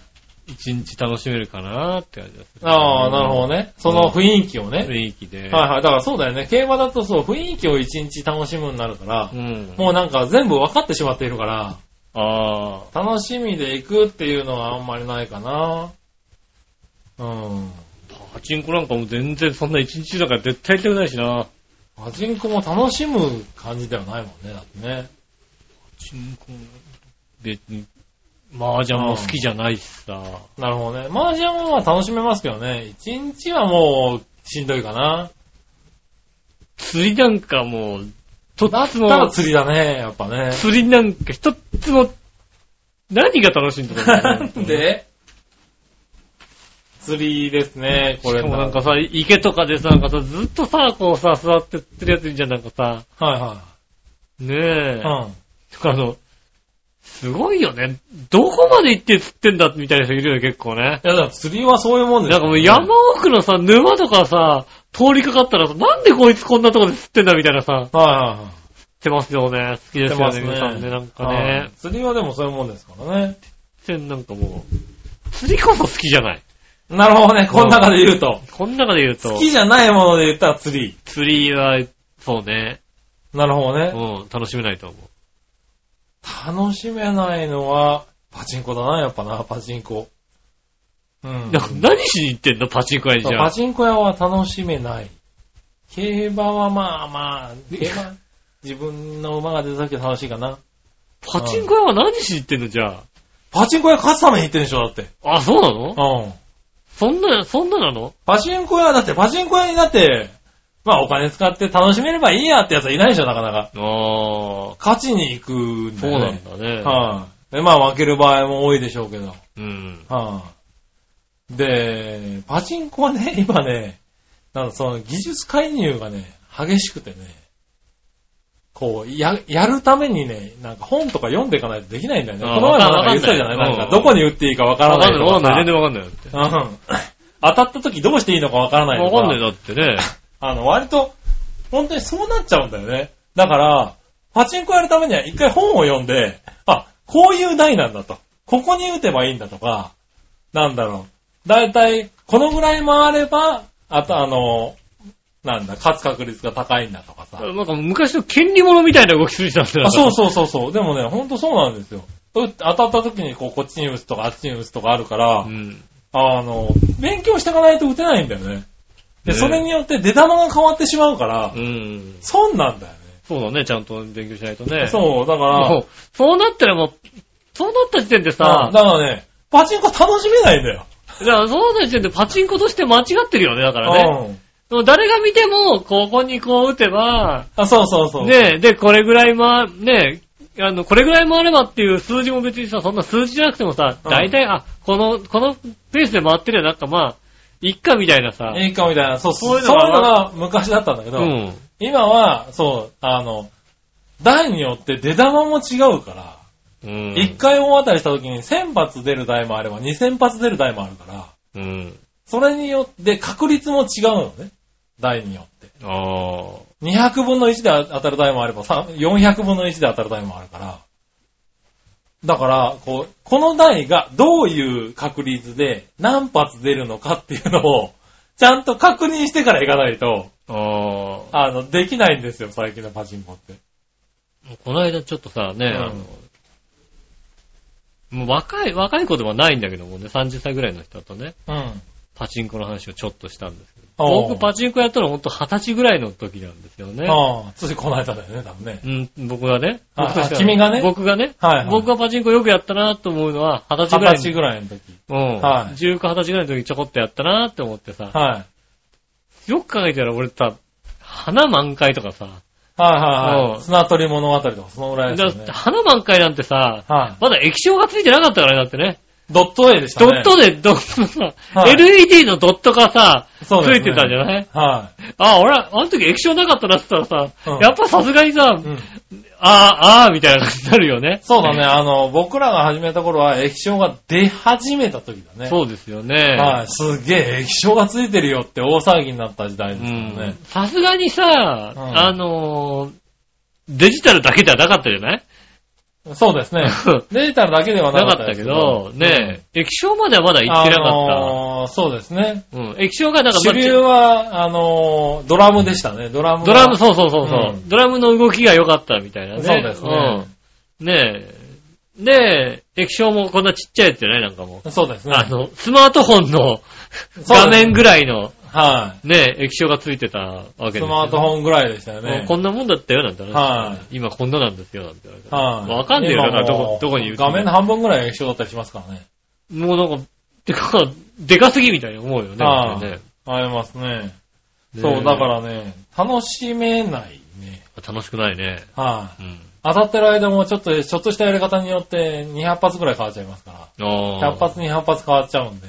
C: い。
B: 一日楽しめるかなって感じがする。
C: ああ、なるほどね。その雰囲気をね。
B: 雰囲気で。
C: はいはい。だからそうだよね。競馬だとそう、雰囲気を一日楽しむになるから
B: う、ん。
C: もうなんか全部分かってしまっているから、
B: ああ。
C: 楽しみで行くっていうのはあんまりないかな。うん。
B: パチンコなんかも全然そんな一日だから絶対行きたくないしな。
C: パチンコも楽しむ感じではないもんね、だってね。
B: チンコ別に、麻雀も好きじゃないしさ。
C: なるほどね。麻雀はまあ楽しめますけどね。一日はもう、しんどいかな。
B: 釣りなんかもう、一
C: だっ
B: つ
C: たら
B: も、
C: 釣りだね、やっぱね。
B: 釣りなんか一つも、何が楽しいんだろう
C: な
B: ね
C: ん <laughs> で釣りですね、こ
B: し
C: れ。
B: かもなんかさ、池とかでさ、なんかさ、ずっとさ、こうさ、座って釣るやついるじゃん、なんかさ、
C: はいは
B: ねえ。
C: い。うん。
B: あの、すごいよね。どこまで行って釣ってんだみたいな人いるよね、結構ね。
C: いや、だから釣りはそういうもんです
B: なんかもう山奥のさ、沼とかさ、通りかかったらさ、なんでこいつこんなとこで釣ってんだみたいなさ、
C: はいはいはい。
B: ってますよね。好きですよ
C: やって
B: ね、皆さんね。なんか
C: は
B: ね
C: い。釣りはでもそういうもんですからね。
B: 全然なんかもう、釣りこそ好きじゃない。
C: <laughs> なるほどね、この中で言うと。
B: この中で言うと
C: 好、きじゃないもので言ったら釣り。
B: 釣りは、そうね。
C: なるほど
B: う
C: ね。
B: ん、楽しめないと思う。
C: 楽しめないのは、パチンコだな、やっぱな、パチンコ。うん。
B: なんか何しに行ってんのパチンコ屋にじ
C: そう
B: ゃ
C: パ
B: あ。
C: チンコ屋は楽しめない。競馬はまあま <laughs> あ、競馬、自分の馬が出た時は楽しいかな。
B: パチンコ屋は何しに行ってんのじゃあ。
C: パチンコ屋勝つために行ってんでしょ、だって。
B: あ、そうなの
C: うん。
B: そんな、そんななの
C: パチンコ屋はだって、パチンコ屋になって、まあお金使って楽しめればいいやってやつはいないでしょ、なかなか。
B: ああ、
C: 勝ちに行くん
B: そ
C: だ
B: う
C: よ
B: な
C: ね。
B: んだね。
C: はい、で、まあ負ける場合も多いでしょうけど。はい、
B: うん。
C: で、パチンコはね、 <laughs> 今ね、なんかその技術介入がね、激しくてね、こう、や、やるためにね、なんか本とか読んでいかないとできないんだよね。
B: あー
C: この前もなんか言
B: わかんない
C: ってたじゃないなん
B: う
C: か、
B: ん
C: どこに打っていいかわから
B: わ
C: な
B: か
C: い
B: んない、
C: と
B: わか
C: か
B: ん
C: さ
B: ない。全然わかんない。わ
C: うん。当たった時どうしていいのかわからないと
B: かんない、だってね。
C: あの、割と、本当にそうなっちゃうんだよね。だから、パチンコやるためには一回本を読んで、あ、こういう台なんだと。ここに打てばいいんだとか、なんだろう。だいたい、このぐらい回れば、あとあの、なんだ、勝つ確率が高いんだとかさ。
B: なんか昔の権利者みたいな動きする人なんだよ。
C: あそうそうそうそう。でもね、ほんとそうなんですよ。打って当たった時にこう、こっちに打つとか、あっちに打つとかあるから、
B: うん。
C: あの、勉強していかないと打てないんだよね。で、
B: ね
C: それによって出玉が変わってしまうから
B: う、ん。
C: 損なんだよね。
B: そうだね、ちゃんと勉強しないと <laughs> ね。
C: そう、だか
B: も
C: ら、
B: うそうなったらもう、そうなった時点で
C: あ
B: さ、
C: だからね、パチンコ楽しめないんだよ。
B: だからそうなった時点でパチンコとして間違ってるよね、だからね。
C: うん。
B: でも誰が見ても、ここにこう打てば、
C: あ、そうそうそう。
B: ねえ、で、これぐらいま、ねえ、あの、これぐらい回ればっていう数字も別にさ、そんな数字じゃなくてもさ、
C: うん
B: 大体、あ、この、このペースで回ってるよ、なんかまあ、いっかみたいなさ、
C: いいかみたいな、そう
B: そういうの
C: そう
B: が
C: いうのが昔だったんだけ
B: う
C: ど、
B: ん。
C: 今は、そう、あの、台によって出玉も違うから、
B: うん。
C: 一、回大当たりした時に1000発出る台もあれば2000発出る台もあるから、
B: うん。
C: それによって確率も違うのね。台によって。
B: ああ。
C: 200分の1で当たる台もあれば、さ400分の1で当たる台もあるから。だから、こう、この台がどういう確率で何発出るのかっていうのを、ちゃんと確認してから行かないと、
B: ああ。
C: あの、できないんですよ、最近のパチンコって。
B: この間ちょっとさ、ね、
C: うん
B: あの、もう若い、若い子ではないんだけどもね、30歳ぐらいの人とね、
C: うん。
B: パチンコの話をちょっとしたんですけど、
C: おう
B: 僕パチンコやったのほんと20歳ぐらいの時なんですよね。
C: ああ、ついこの間だよね、多分ね。
B: うん、僕がね。
C: あ
B: 僕としては
C: あ君がね
B: 僕がね。
C: はいはい
B: 僕がパチンコよくやったなと思うのは、二十歳ぐらい
C: 二十歳
B: の。
C: ぐらいの時。
B: うん。
C: はい
B: 19、20歳ぐらいの時にちょこっとやったなって思ってさ。
C: はい。
B: よく考えたら俺さ、花満開とかさ。
C: はいはいは
B: うん
C: い。砂取り物語とか、そのぐらいですよ
B: だっ
C: ね
B: て。花満開なんてさ、
C: は
B: まだ液晶がついてなかったからね、だってね。
C: い。ドット A でした
B: ド
C: ね。
B: ットで、ドットさ、
C: はい
B: LED のドットがさ、つ
C: そうです
B: い
C: ね
B: てたんじゃない
C: は
B: あ、俺、あの時液晶なかったなって言ったらさ、
C: うん
B: やっぱさすがにさ、
C: い。うん。
B: あー、あーみたいな感じになるよね。
C: そうだね、あの、僕らが始めた頃は液晶が出始めた時だね。
B: そうですよね。
C: はい、すげえ液晶がついてるよって大騒ぎになった時代ですよね。
B: さすがにさ、
C: ん
B: あのーデジタルだけではなかったじゃ
C: <laughs>
B: ない。
C: そうですね
B: <laughs>
C: デジタルだけではな
B: な
C: か
B: かった
C: っ
B: た
C: です
B: けど、ねえ、液晶まではまだ
C: え、
B: 行ってなかった。
C: あのーそうですね。
B: うん、液晶がなんか、
C: 主流は、あのードラムでしたね、ドラムが。
B: ドラム、そうそうそうそう、
C: うん
B: ドラムの動きが良かったみたいなね。
C: そうですね。
B: うん。ねえ。で、液晶もこんなちっちゃいやつじゃないなんかもう。
C: そうですね。
B: あの、スマートフォンの
C: そう
B: 画面ぐらいの
C: は
B: ね、液晶がついてたわけ
C: い。
B: です
C: ス
B: よ、
C: マートフォンぐらいでしたよね。
B: こんなもんだったよ、なんて話。
C: は
B: 今こんななんですよ、なんて話。
C: はい。
B: わかんねえよ、だからど
C: 今も
B: こ
C: う、
B: どこに言う
C: 画面の半分ぐらい液晶だったりしますからね。
B: もうなんか、てか、でかすぎみたいに思うよね。
C: ああ
B: なんかね
C: ありますね。
B: ね
C: そう、だからね、楽しめないね。
B: 楽しくないね。
C: はい。
B: うん。
C: 当たってる間もちょっと、ちょっとしたやり方によって200発ぐらい変わっちゃいますか
B: あ
C: ら。
B: あ。
C: 100発、200発変わっちゃうんで。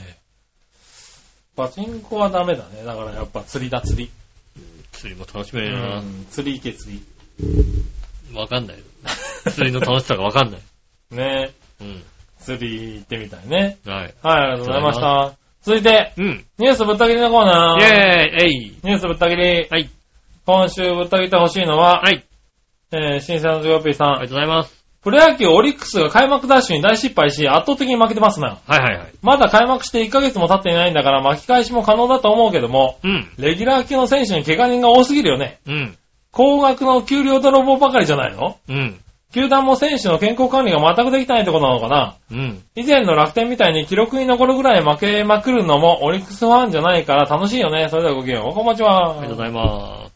C: パチンコはダメだね。だからやっぱ釣りだ釣り。
B: 釣りも楽しめ
C: う
B: るな。
C: ん釣り行け釣り。
B: わかんない。釣りの楽しさがわかんない。
C: <laughs> ね
B: うん。
C: 釣り行ってみたいね。
B: はい。
C: はい、ありがとうございました。続いて、
B: うん。
C: ニュースぶった切りのコー
B: イ
C: ナ
B: ェーイ
C: ー。
B: えい
C: ニュースぶった切り。
B: はい。
C: 今週ぶった切ってほしいのは、
B: はい。
C: えー、新鮮なジョーピーさ
B: ありがと
C: ん。
B: うございます。
C: プロ野球オリックスが開幕ダッシュに大失敗し、圧倒的に負けてますな。
B: はいはいはい。
C: まだ開幕して1ヶ月も経っていないんだから巻き返しも可能だと思うけども、
B: うん。
C: レギュラー級の選手に怪我人が多すぎるよね。
B: うん。
C: 高額の給料泥棒ばかりじゃないの
B: うん。
C: 球団も選手の健康管理が全くできてないところなのかな
B: うん。
C: 以前の楽天みたいに記録に残るぐらい負けまくるのもオリックスファンじゃないから楽しいよね。それではごきげんよう。こんばんち
B: ありがとうご
C: は。
B: ざいま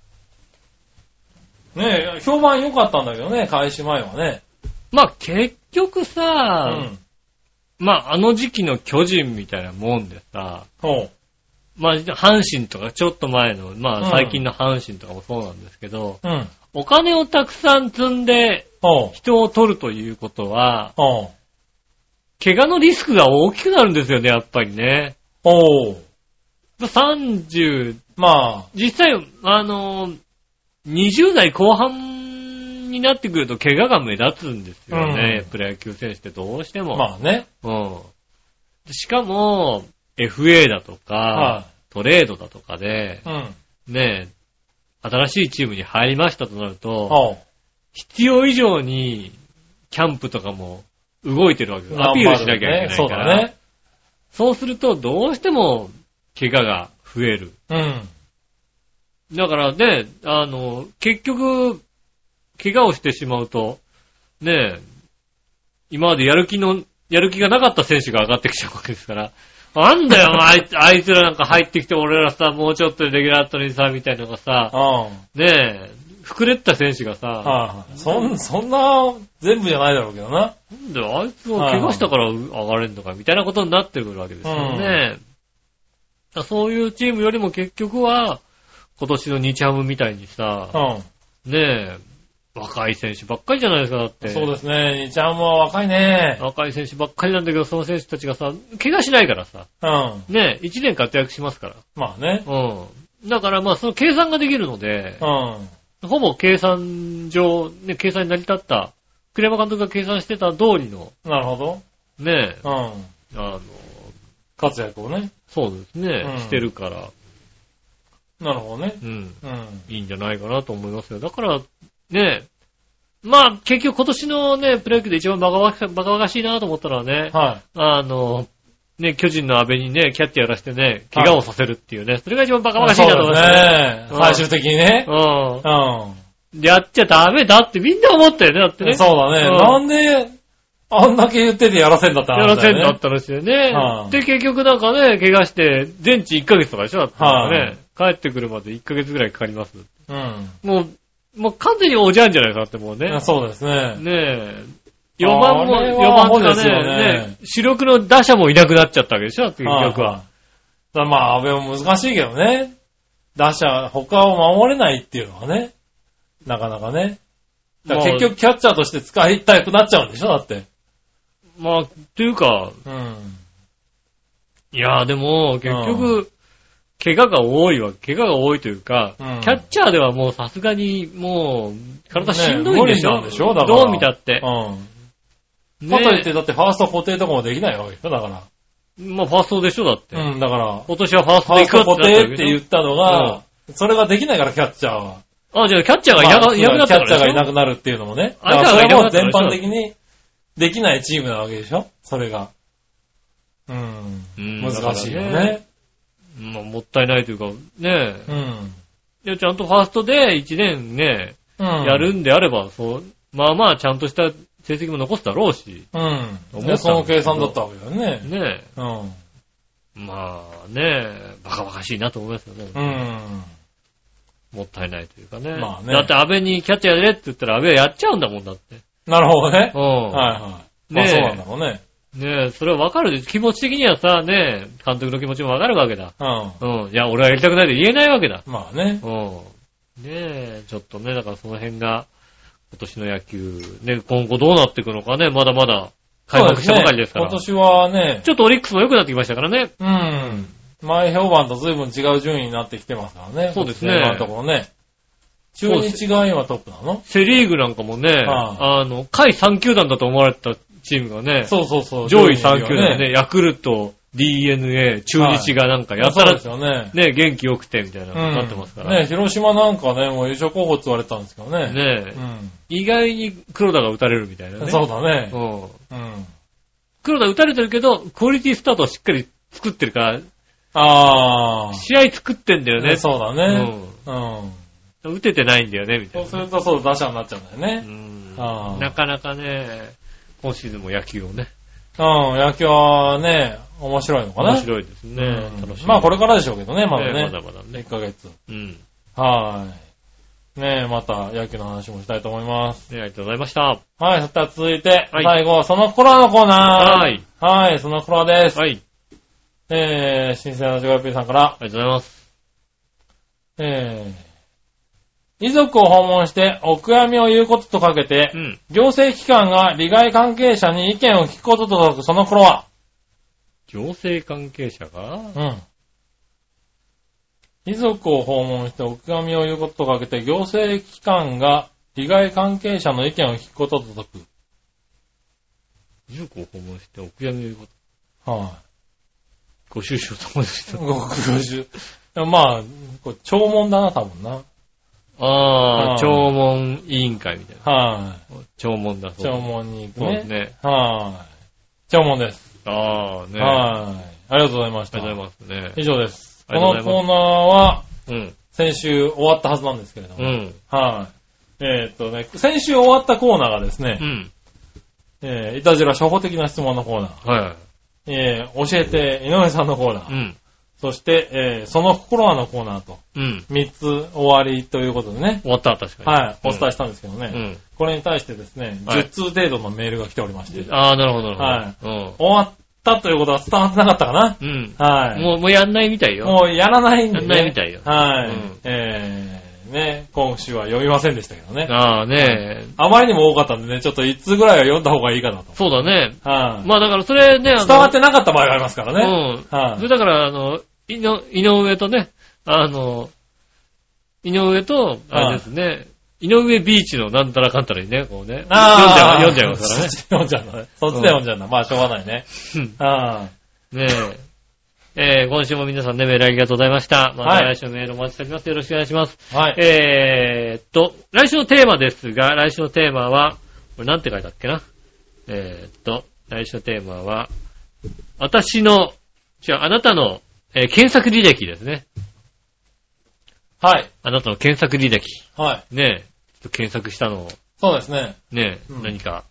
B: す。
C: ねえ、評判良かったんだけどね、開始前はね。
B: まあ結局
C: う
B: さ、
C: ん。
B: まああの時期の巨人みたいなもんでさ、
C: ほ
B: まあ、阪神とか、ちょっと前の、ま
C: う
B: あ、
C: ん
B: 最近の阪神とかもそうなんですけど、
C: う。うん。
B: お金をたくさん積んで
C: ほう。
B: 人を取るということは、
C: ほう。
B: 怪我のリスクが大きくなるんですよね、やっぱりね。
C: ほう。
B: 30、
C: まあ、
B: 実際、あの、20代後半間になってくると怪我が目立つんですよね。
C: うん
B: プロ野球選手ってどうしても。
C: まあね。
B: うん。しかも、FA だとか、
C: は
B: トレードだとかで、
C: い。うん。
B: ねえ、新しいチームに入りましたとなると、
C: おう
B: 必要以上に、キャンプとかも動いてるわけです。アピールしなきゃいけない
C: そう
B: か
C: だ
B: ら。そう
C: ね。
B: すると、どうしても、怪我が増える。
C: うん。
B: だからね、あの、結局、怪我をしてしまうと、ねえ、今までやる気の、やる気がなかった選手が上がってきちゃうわけですから、なんだよ、お前あいつあいつらなんか入ってきて、俺らさ、もうちょっとでレギュラー取りさ、みたいなのがさ、
C: うん。
B: ねえ、膨れった選手がさ、
C: はい。そん、そんな、全部じゃないだろうけどな。
B: なんだよ、あいつは怪我したから上がれんのか、みたいなことになってくるわけですよね。だからそういうチームよりも結局は、今年の日ハムみたいにさ、
C: う
B: ねえ、若い選手ばっかりじゃないですか、だって。
C: ん。そうですね。にちゃんは若いね。
B: 若い選手ばっかりなんだけど、その選手たちがさ、怪我しないからさ、
C: うん。
B: ねえ、1年活躍しますから。
C: まあね。
B: うん。だからまあ、その計算ができるので
C: う、ん。
B: ほぼ計算上、ね、計算に成り立った、栗山監督が計算してた通りの、
C: なるほ
B: ねえ、
C: ど。うん。
B: あの、
C: 活躍をね。
B: そうですね、
C: うん
B: してるから、
C: なるほどね。
B: うん、
C: うん。
B: いいんじゃないかなと思いますよ。だから、ねえ、まあ、結局今年のね、プロ野球で一番バカバカバカバカしいなと思ったのはね、
C: は
B: あの、ね、巨人の阿部にね、キャッチやらしてね、怪我をさせるっていうね、それが一番バカバカ
C: い。
B: しいなと
C: そ
B: 思
C: う
B: い
C: で
B: ますしたね。
C: ね。
B: うん
C: 最終的にね。
B: う。
C: うん
B: やっちゃダメだってみんな思ったよね、だってね。
C: ん。そうだね。
B: うん
C: なんで、あんだけ言っててやらせんだった
B: やらせんだっ
C: ね。
B: たらしいよね
C: う。ん
B: で、結局なんかね、怪我して、全治1ヶ月とかでしょだってね。帰ってくるまで1ヶ月ぐらいかかります。もう、もう完全におじゃんじゃないですかだってもう
C: う
B: ね
C: ん。。そうです
B: ね
C: ね。
B: え。4番も、
C: あれ
B: 4
C: は
B: 番とか
C: そうですよ
B: ね
C: ね
B: ね、主力の打者もいなくなっちゃったわけでしょだって結局は。
C: だまあ、安倍も難しいけどね。打者、他を守れないっていうのはね。なかなかね。だか
B: ま
C: ら
B: あ
C: 結局キャッチャーとして使いたくなっちゃうんでしょだって。
B: まあ、というか、
C: うん。
B: いやーでも、結局、怪我が多いわ。怪我が多いというか、
C: うん
B: キャッチャーではもうさすがに、もう、体しんどいんでし
C: ね無理
B: ょ。
C: なんでしょだから
B: どう見たって。
C: うん。
B: ね
C: かといって、だってファースト固定とかもできないわけでしょだから。
B: まあ、ファーストでしょ、だって。
C: うん、だから、
B: 今年はファース
C: フ
B: ト
C: ァ
B: で
C: ー
B: 行
C: スト
B: く
C: 固定って言
B: 言
C: ったのが、それができないからキャッチャーは。
B: あ、じゃあキャッチャーがいな,、
C: まあ
B: いなくなっ
C: キ
B: た
C: ャッチャ
B: か
C: ーが
B: ら
C: いな
B: でし
C: くなるっていうのもね。
B: あいつ
C: だ
B: らが
C: から
B: いなく
C: それ
B: な
C: も
B: った
C: 全
B: から
C: 般的にできないチームなわけでしょそれが。うん。
B: うん
C: 難しいよ
B: だから
C: ね。
B: ょ。まあ、もったいないというか、ねえ
C: うん。
B: いや。ちゃんとファーストで1年ね、
C: うん。
B: やるんであれば、そう、まあまあ、ちゃんとした成績も残すだろうし、
C: う
B: 思ったんだけど
C: ん。で、その計算だったわけだよね。
B: ね
C: うん。
B: え。まあねえ、バカバカしいなと思いますよね。
C: うん。
B: もったいないというかね。
C: まあね
B: だって安倍にキャッチャーやれって言ったら安倍やっちゃうんだもんだって。
C: なるほどね
B: う。ん。
C: はいはい。
B: ね
C: まあ
B: え
C: そうなんだろうね。
B: ねえ、それはわかるで気持ち的にはさ、ねえ、監督の気持ちもわかるわけだ。
C: う
B: うん。いや、俺はやりたくないで言えないわけだ。
C: ん。まあね。
B: うん。ねえ、ちょっとね、だからその辺が、今年の野球、ね、今後どうなっていくのかね、まだまだ開幕したばかりですから。
C: そうですね今年はね、
B: ちょっとオリックスも良くなってきましたからね。
C: うん。前評判と随分違う順位になってきてますからね。
B: そうですね
C: 今のところね。中日が今トップなの
B: セリーグなんかもね、
C: は
B: あの、下位3球団だと思われてたチームがね、
C: そうそうそう。
B: 上位3球
C: には
B: 団ね、。ヤクルト、DNA、中日がなんかやた
C: そう
B: ら
C: ですよね。
B: ね、元気良くてみたいな
C: う
B: のになってますか
C: ん
B: ら。
C: ね、広島なんかね、もう優勝候補って言われてたんですけどね。
B: ね
C: うん。
B: 意外に黒田が打たれるみたいなね。
C: そうだね。
B: うん
C: うん。
B: 黒田打たれてるけど、クオリティスタートをしっかり作ってるから、
C: あー。
B: 試合作ってんだよね。
C: そうだね。うん。
B: 打ててないんだよね、みた
C: そう
B: い
C: す
B: な。
C: ると、そう、打者になっちゃうんだよ
B: う
C: ね。
B: ん
C: あー
B: なかなかね、今シーズンも野球をね、
C: うん、野球はね、面白いのかな。
B: 面白いですね
C: う。ん
B: 楽しみ。
C: まあ、これからでしょうけどね、まだ
B: ね
C: ね。
B: まだまだね
C: 1。ヶ月。
B: うん。ね
C: はーい。ねえ、また野球の話もしたいと思います。
B: ありがとうございました。
C: はい、そしたら続いて、
B: はい
C: 最後はそのコラのコーナー。
B: はい。
C: はい、そのコラです。
B: はい。
C: えー、新鮮なジョガピーさんから、
B: ありがとうございます。
C: えー、遺族を訪問してお悔やみを言うこととかけて、
B: うん。
C: 行政機関が利害関係者に意見を聞くことと解くその頃は、
B: 行政関係者が
C: うん。遺族を訪問してお悔やみを言うこととかけて、行政機関が利害関係者の意見を聞くことと解く。
B: 10個を訪問して、お悔やみを言うこと。
C: は
B: ご収集を共にし
C: い、
B: た。
C: ご苦労しゅまあ、これ弔問だな、多分な。はい、
B: あ
C: <laughs> あ
B: あ、
C: ー
B: 聴聞委員会みたいな。聴聞だそう。
C: 弔問に行く
B: そうです
C: ね。
B: ね。
C: はい、弔問です。
B: ああ、ね。あ
C: はい、ありがとうございまし
B: り
C: た。
B: がとうございますね。
C: 以上です。
B: あ
C: こ
B: りがと
C: の
B: うござ
C: コ
B: います
C: ーナーは、
B: うん。
C: 先週終わったはずなんですけれども。
B: う
C: はい、
B: ん。
C: えーっとね、先週終わったコーナーがですね、
B: うん。
C: えー、いたじら初歩的な質問のコーナー、
B: は
C: えー、教えて井上さんのコーナー、
B: い。うん。
C: そして、えー、その心はのコーナーと、
B: うん。
C: 3つ終わりということでね、
B: 終わった、確かに。
C: はい、お伝え
B: し
C: したんですけどね、
B: うん。
C: これに対してですね、
B: はい
C: 10通程度のメールが来ておりまして、
B: ああ、なるほど、なるほど。
C: 終わったということは伝わってなかったかな
B: うん。うん。
C: はい。
B: もう、もうやんないみたいよ。
C: もうやらないんで、ね。
B: やんないみたいよ
C: はい。
B: うん
C: えー、ね、今週は読みませんでしたけどね。
B: ああ、ねえ。
C: あまりにも多かったんでね、ちょっと1通ぐらいは読んだ方がいいかなと。
B: そうだね。
C: はい、
B: まあだからそれね、あの
C: 伝わってなかった場合がありますからね。
B: うん。
C: はい
B: それだから、あの、いの井上とね、あの、井上と、あれですね、井上ビーチのなんたらかんたらにね、こうね、
C: あー
B: 読んじゃう、読んじゃいます
C: そ <laughs> っちで読んじゃうのね。そっちで読んじゃうの。まあ、しょうがないね。
B: か
C: あ
B: ら
C: <laughs>
B: ね。ねえ。えー、今週も皆さんね、メールありがとうございました。また
C: はい
B: 来週のメールお待ちしております。よろしくお願いします。
C: あ。はい。
B: <laughs> えーっと、来週のテーマですが、来週のテーマは、これなんて書いたっけなえーっと、来週のテーマは、私の、違う、あなたの、えー検索履歴ですね。
C: はい。
B: あなたの検索履歴。
C: はい。
B: ねえ、ちょっと検索したのを、
C: そうですね。
B: ねえ、
C: うん
B: 何か、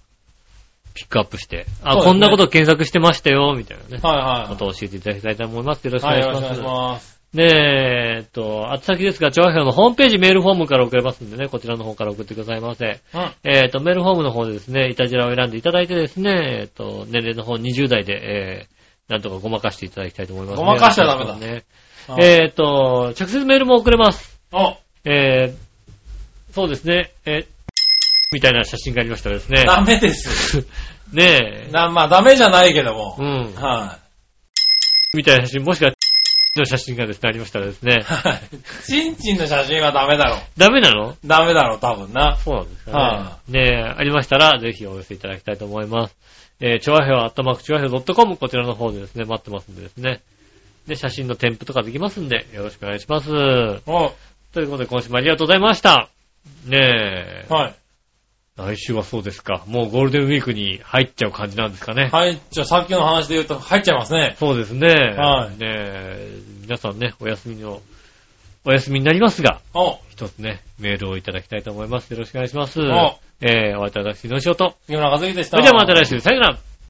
B: ピックアップして、あ、
C: そうですね
B: こんなこと検索してましたよ、みたいなね。
C: はい
B: ま
C: は
B: た教えていただきたいと思います。よろし
C: い。
B: くお願
C: はい
B: し
C: い、よろ
B: ま
C: しくお願い
B: す。
C: します。
B: ねえ、えっと、あつ先ですが、調和表のホームページメールフォームから送れますんでね、こちらの方から送ってくださいませ。
C: うん。
B: えっと、メールフォームの方でですね、いたじらを選んでいただいてですね、えっと、年齢の方20代で、えー、なんとかごまかしていただきたいと思いますね、
C: ごまかしちゃダメだ
B: ね。
C: あ
B: えっと、直接メールも送れます。
C: お、
B: えー、そうですね、えー、みたいな写真がありましたらですね。
C: ダメです。
B: <laughs> ねえ、
C: な、まあ、ダメじゃないけども
B: う。ん、
C: は
B: みたいな写真、もしくは、の写真がですね、ありましたらですね
C: い。。はい。ちんちんの写真はダメだろ。
B: ダメなの
C: ダメだろ、多分な。
B: そうなんですかね。
C: は
B: ねえ、ありましたら、ぜひお寄せいただきたいと思います。えー、調和表、アットマーク、調和表 .com、こちらの方でですね、待ってますんでですね。で、写真の添付とかできますんで、よろしくお願いします。
C: お、
B: ということで、今週もありがとうございました。ねえ、
C: はい。
B: 来週はそうですか。もうゴールデンウィークに入っちゃう感じなんですかね。
C: はい、じゃあさっきの話で言うと入っちゃいますね。
B: そうですね。
C: は
B: ね
C: い
B: え皆さんね、お休みの、お休みになりますが、
C: お、
B: 一つね、メールをいただきたいと思います。よろしくお願いします。
C: お
B: えー、お会いいただきの仕事。
C: 杉村和之でし
B: そ
C: た。
B: れではまた来週、さよなら。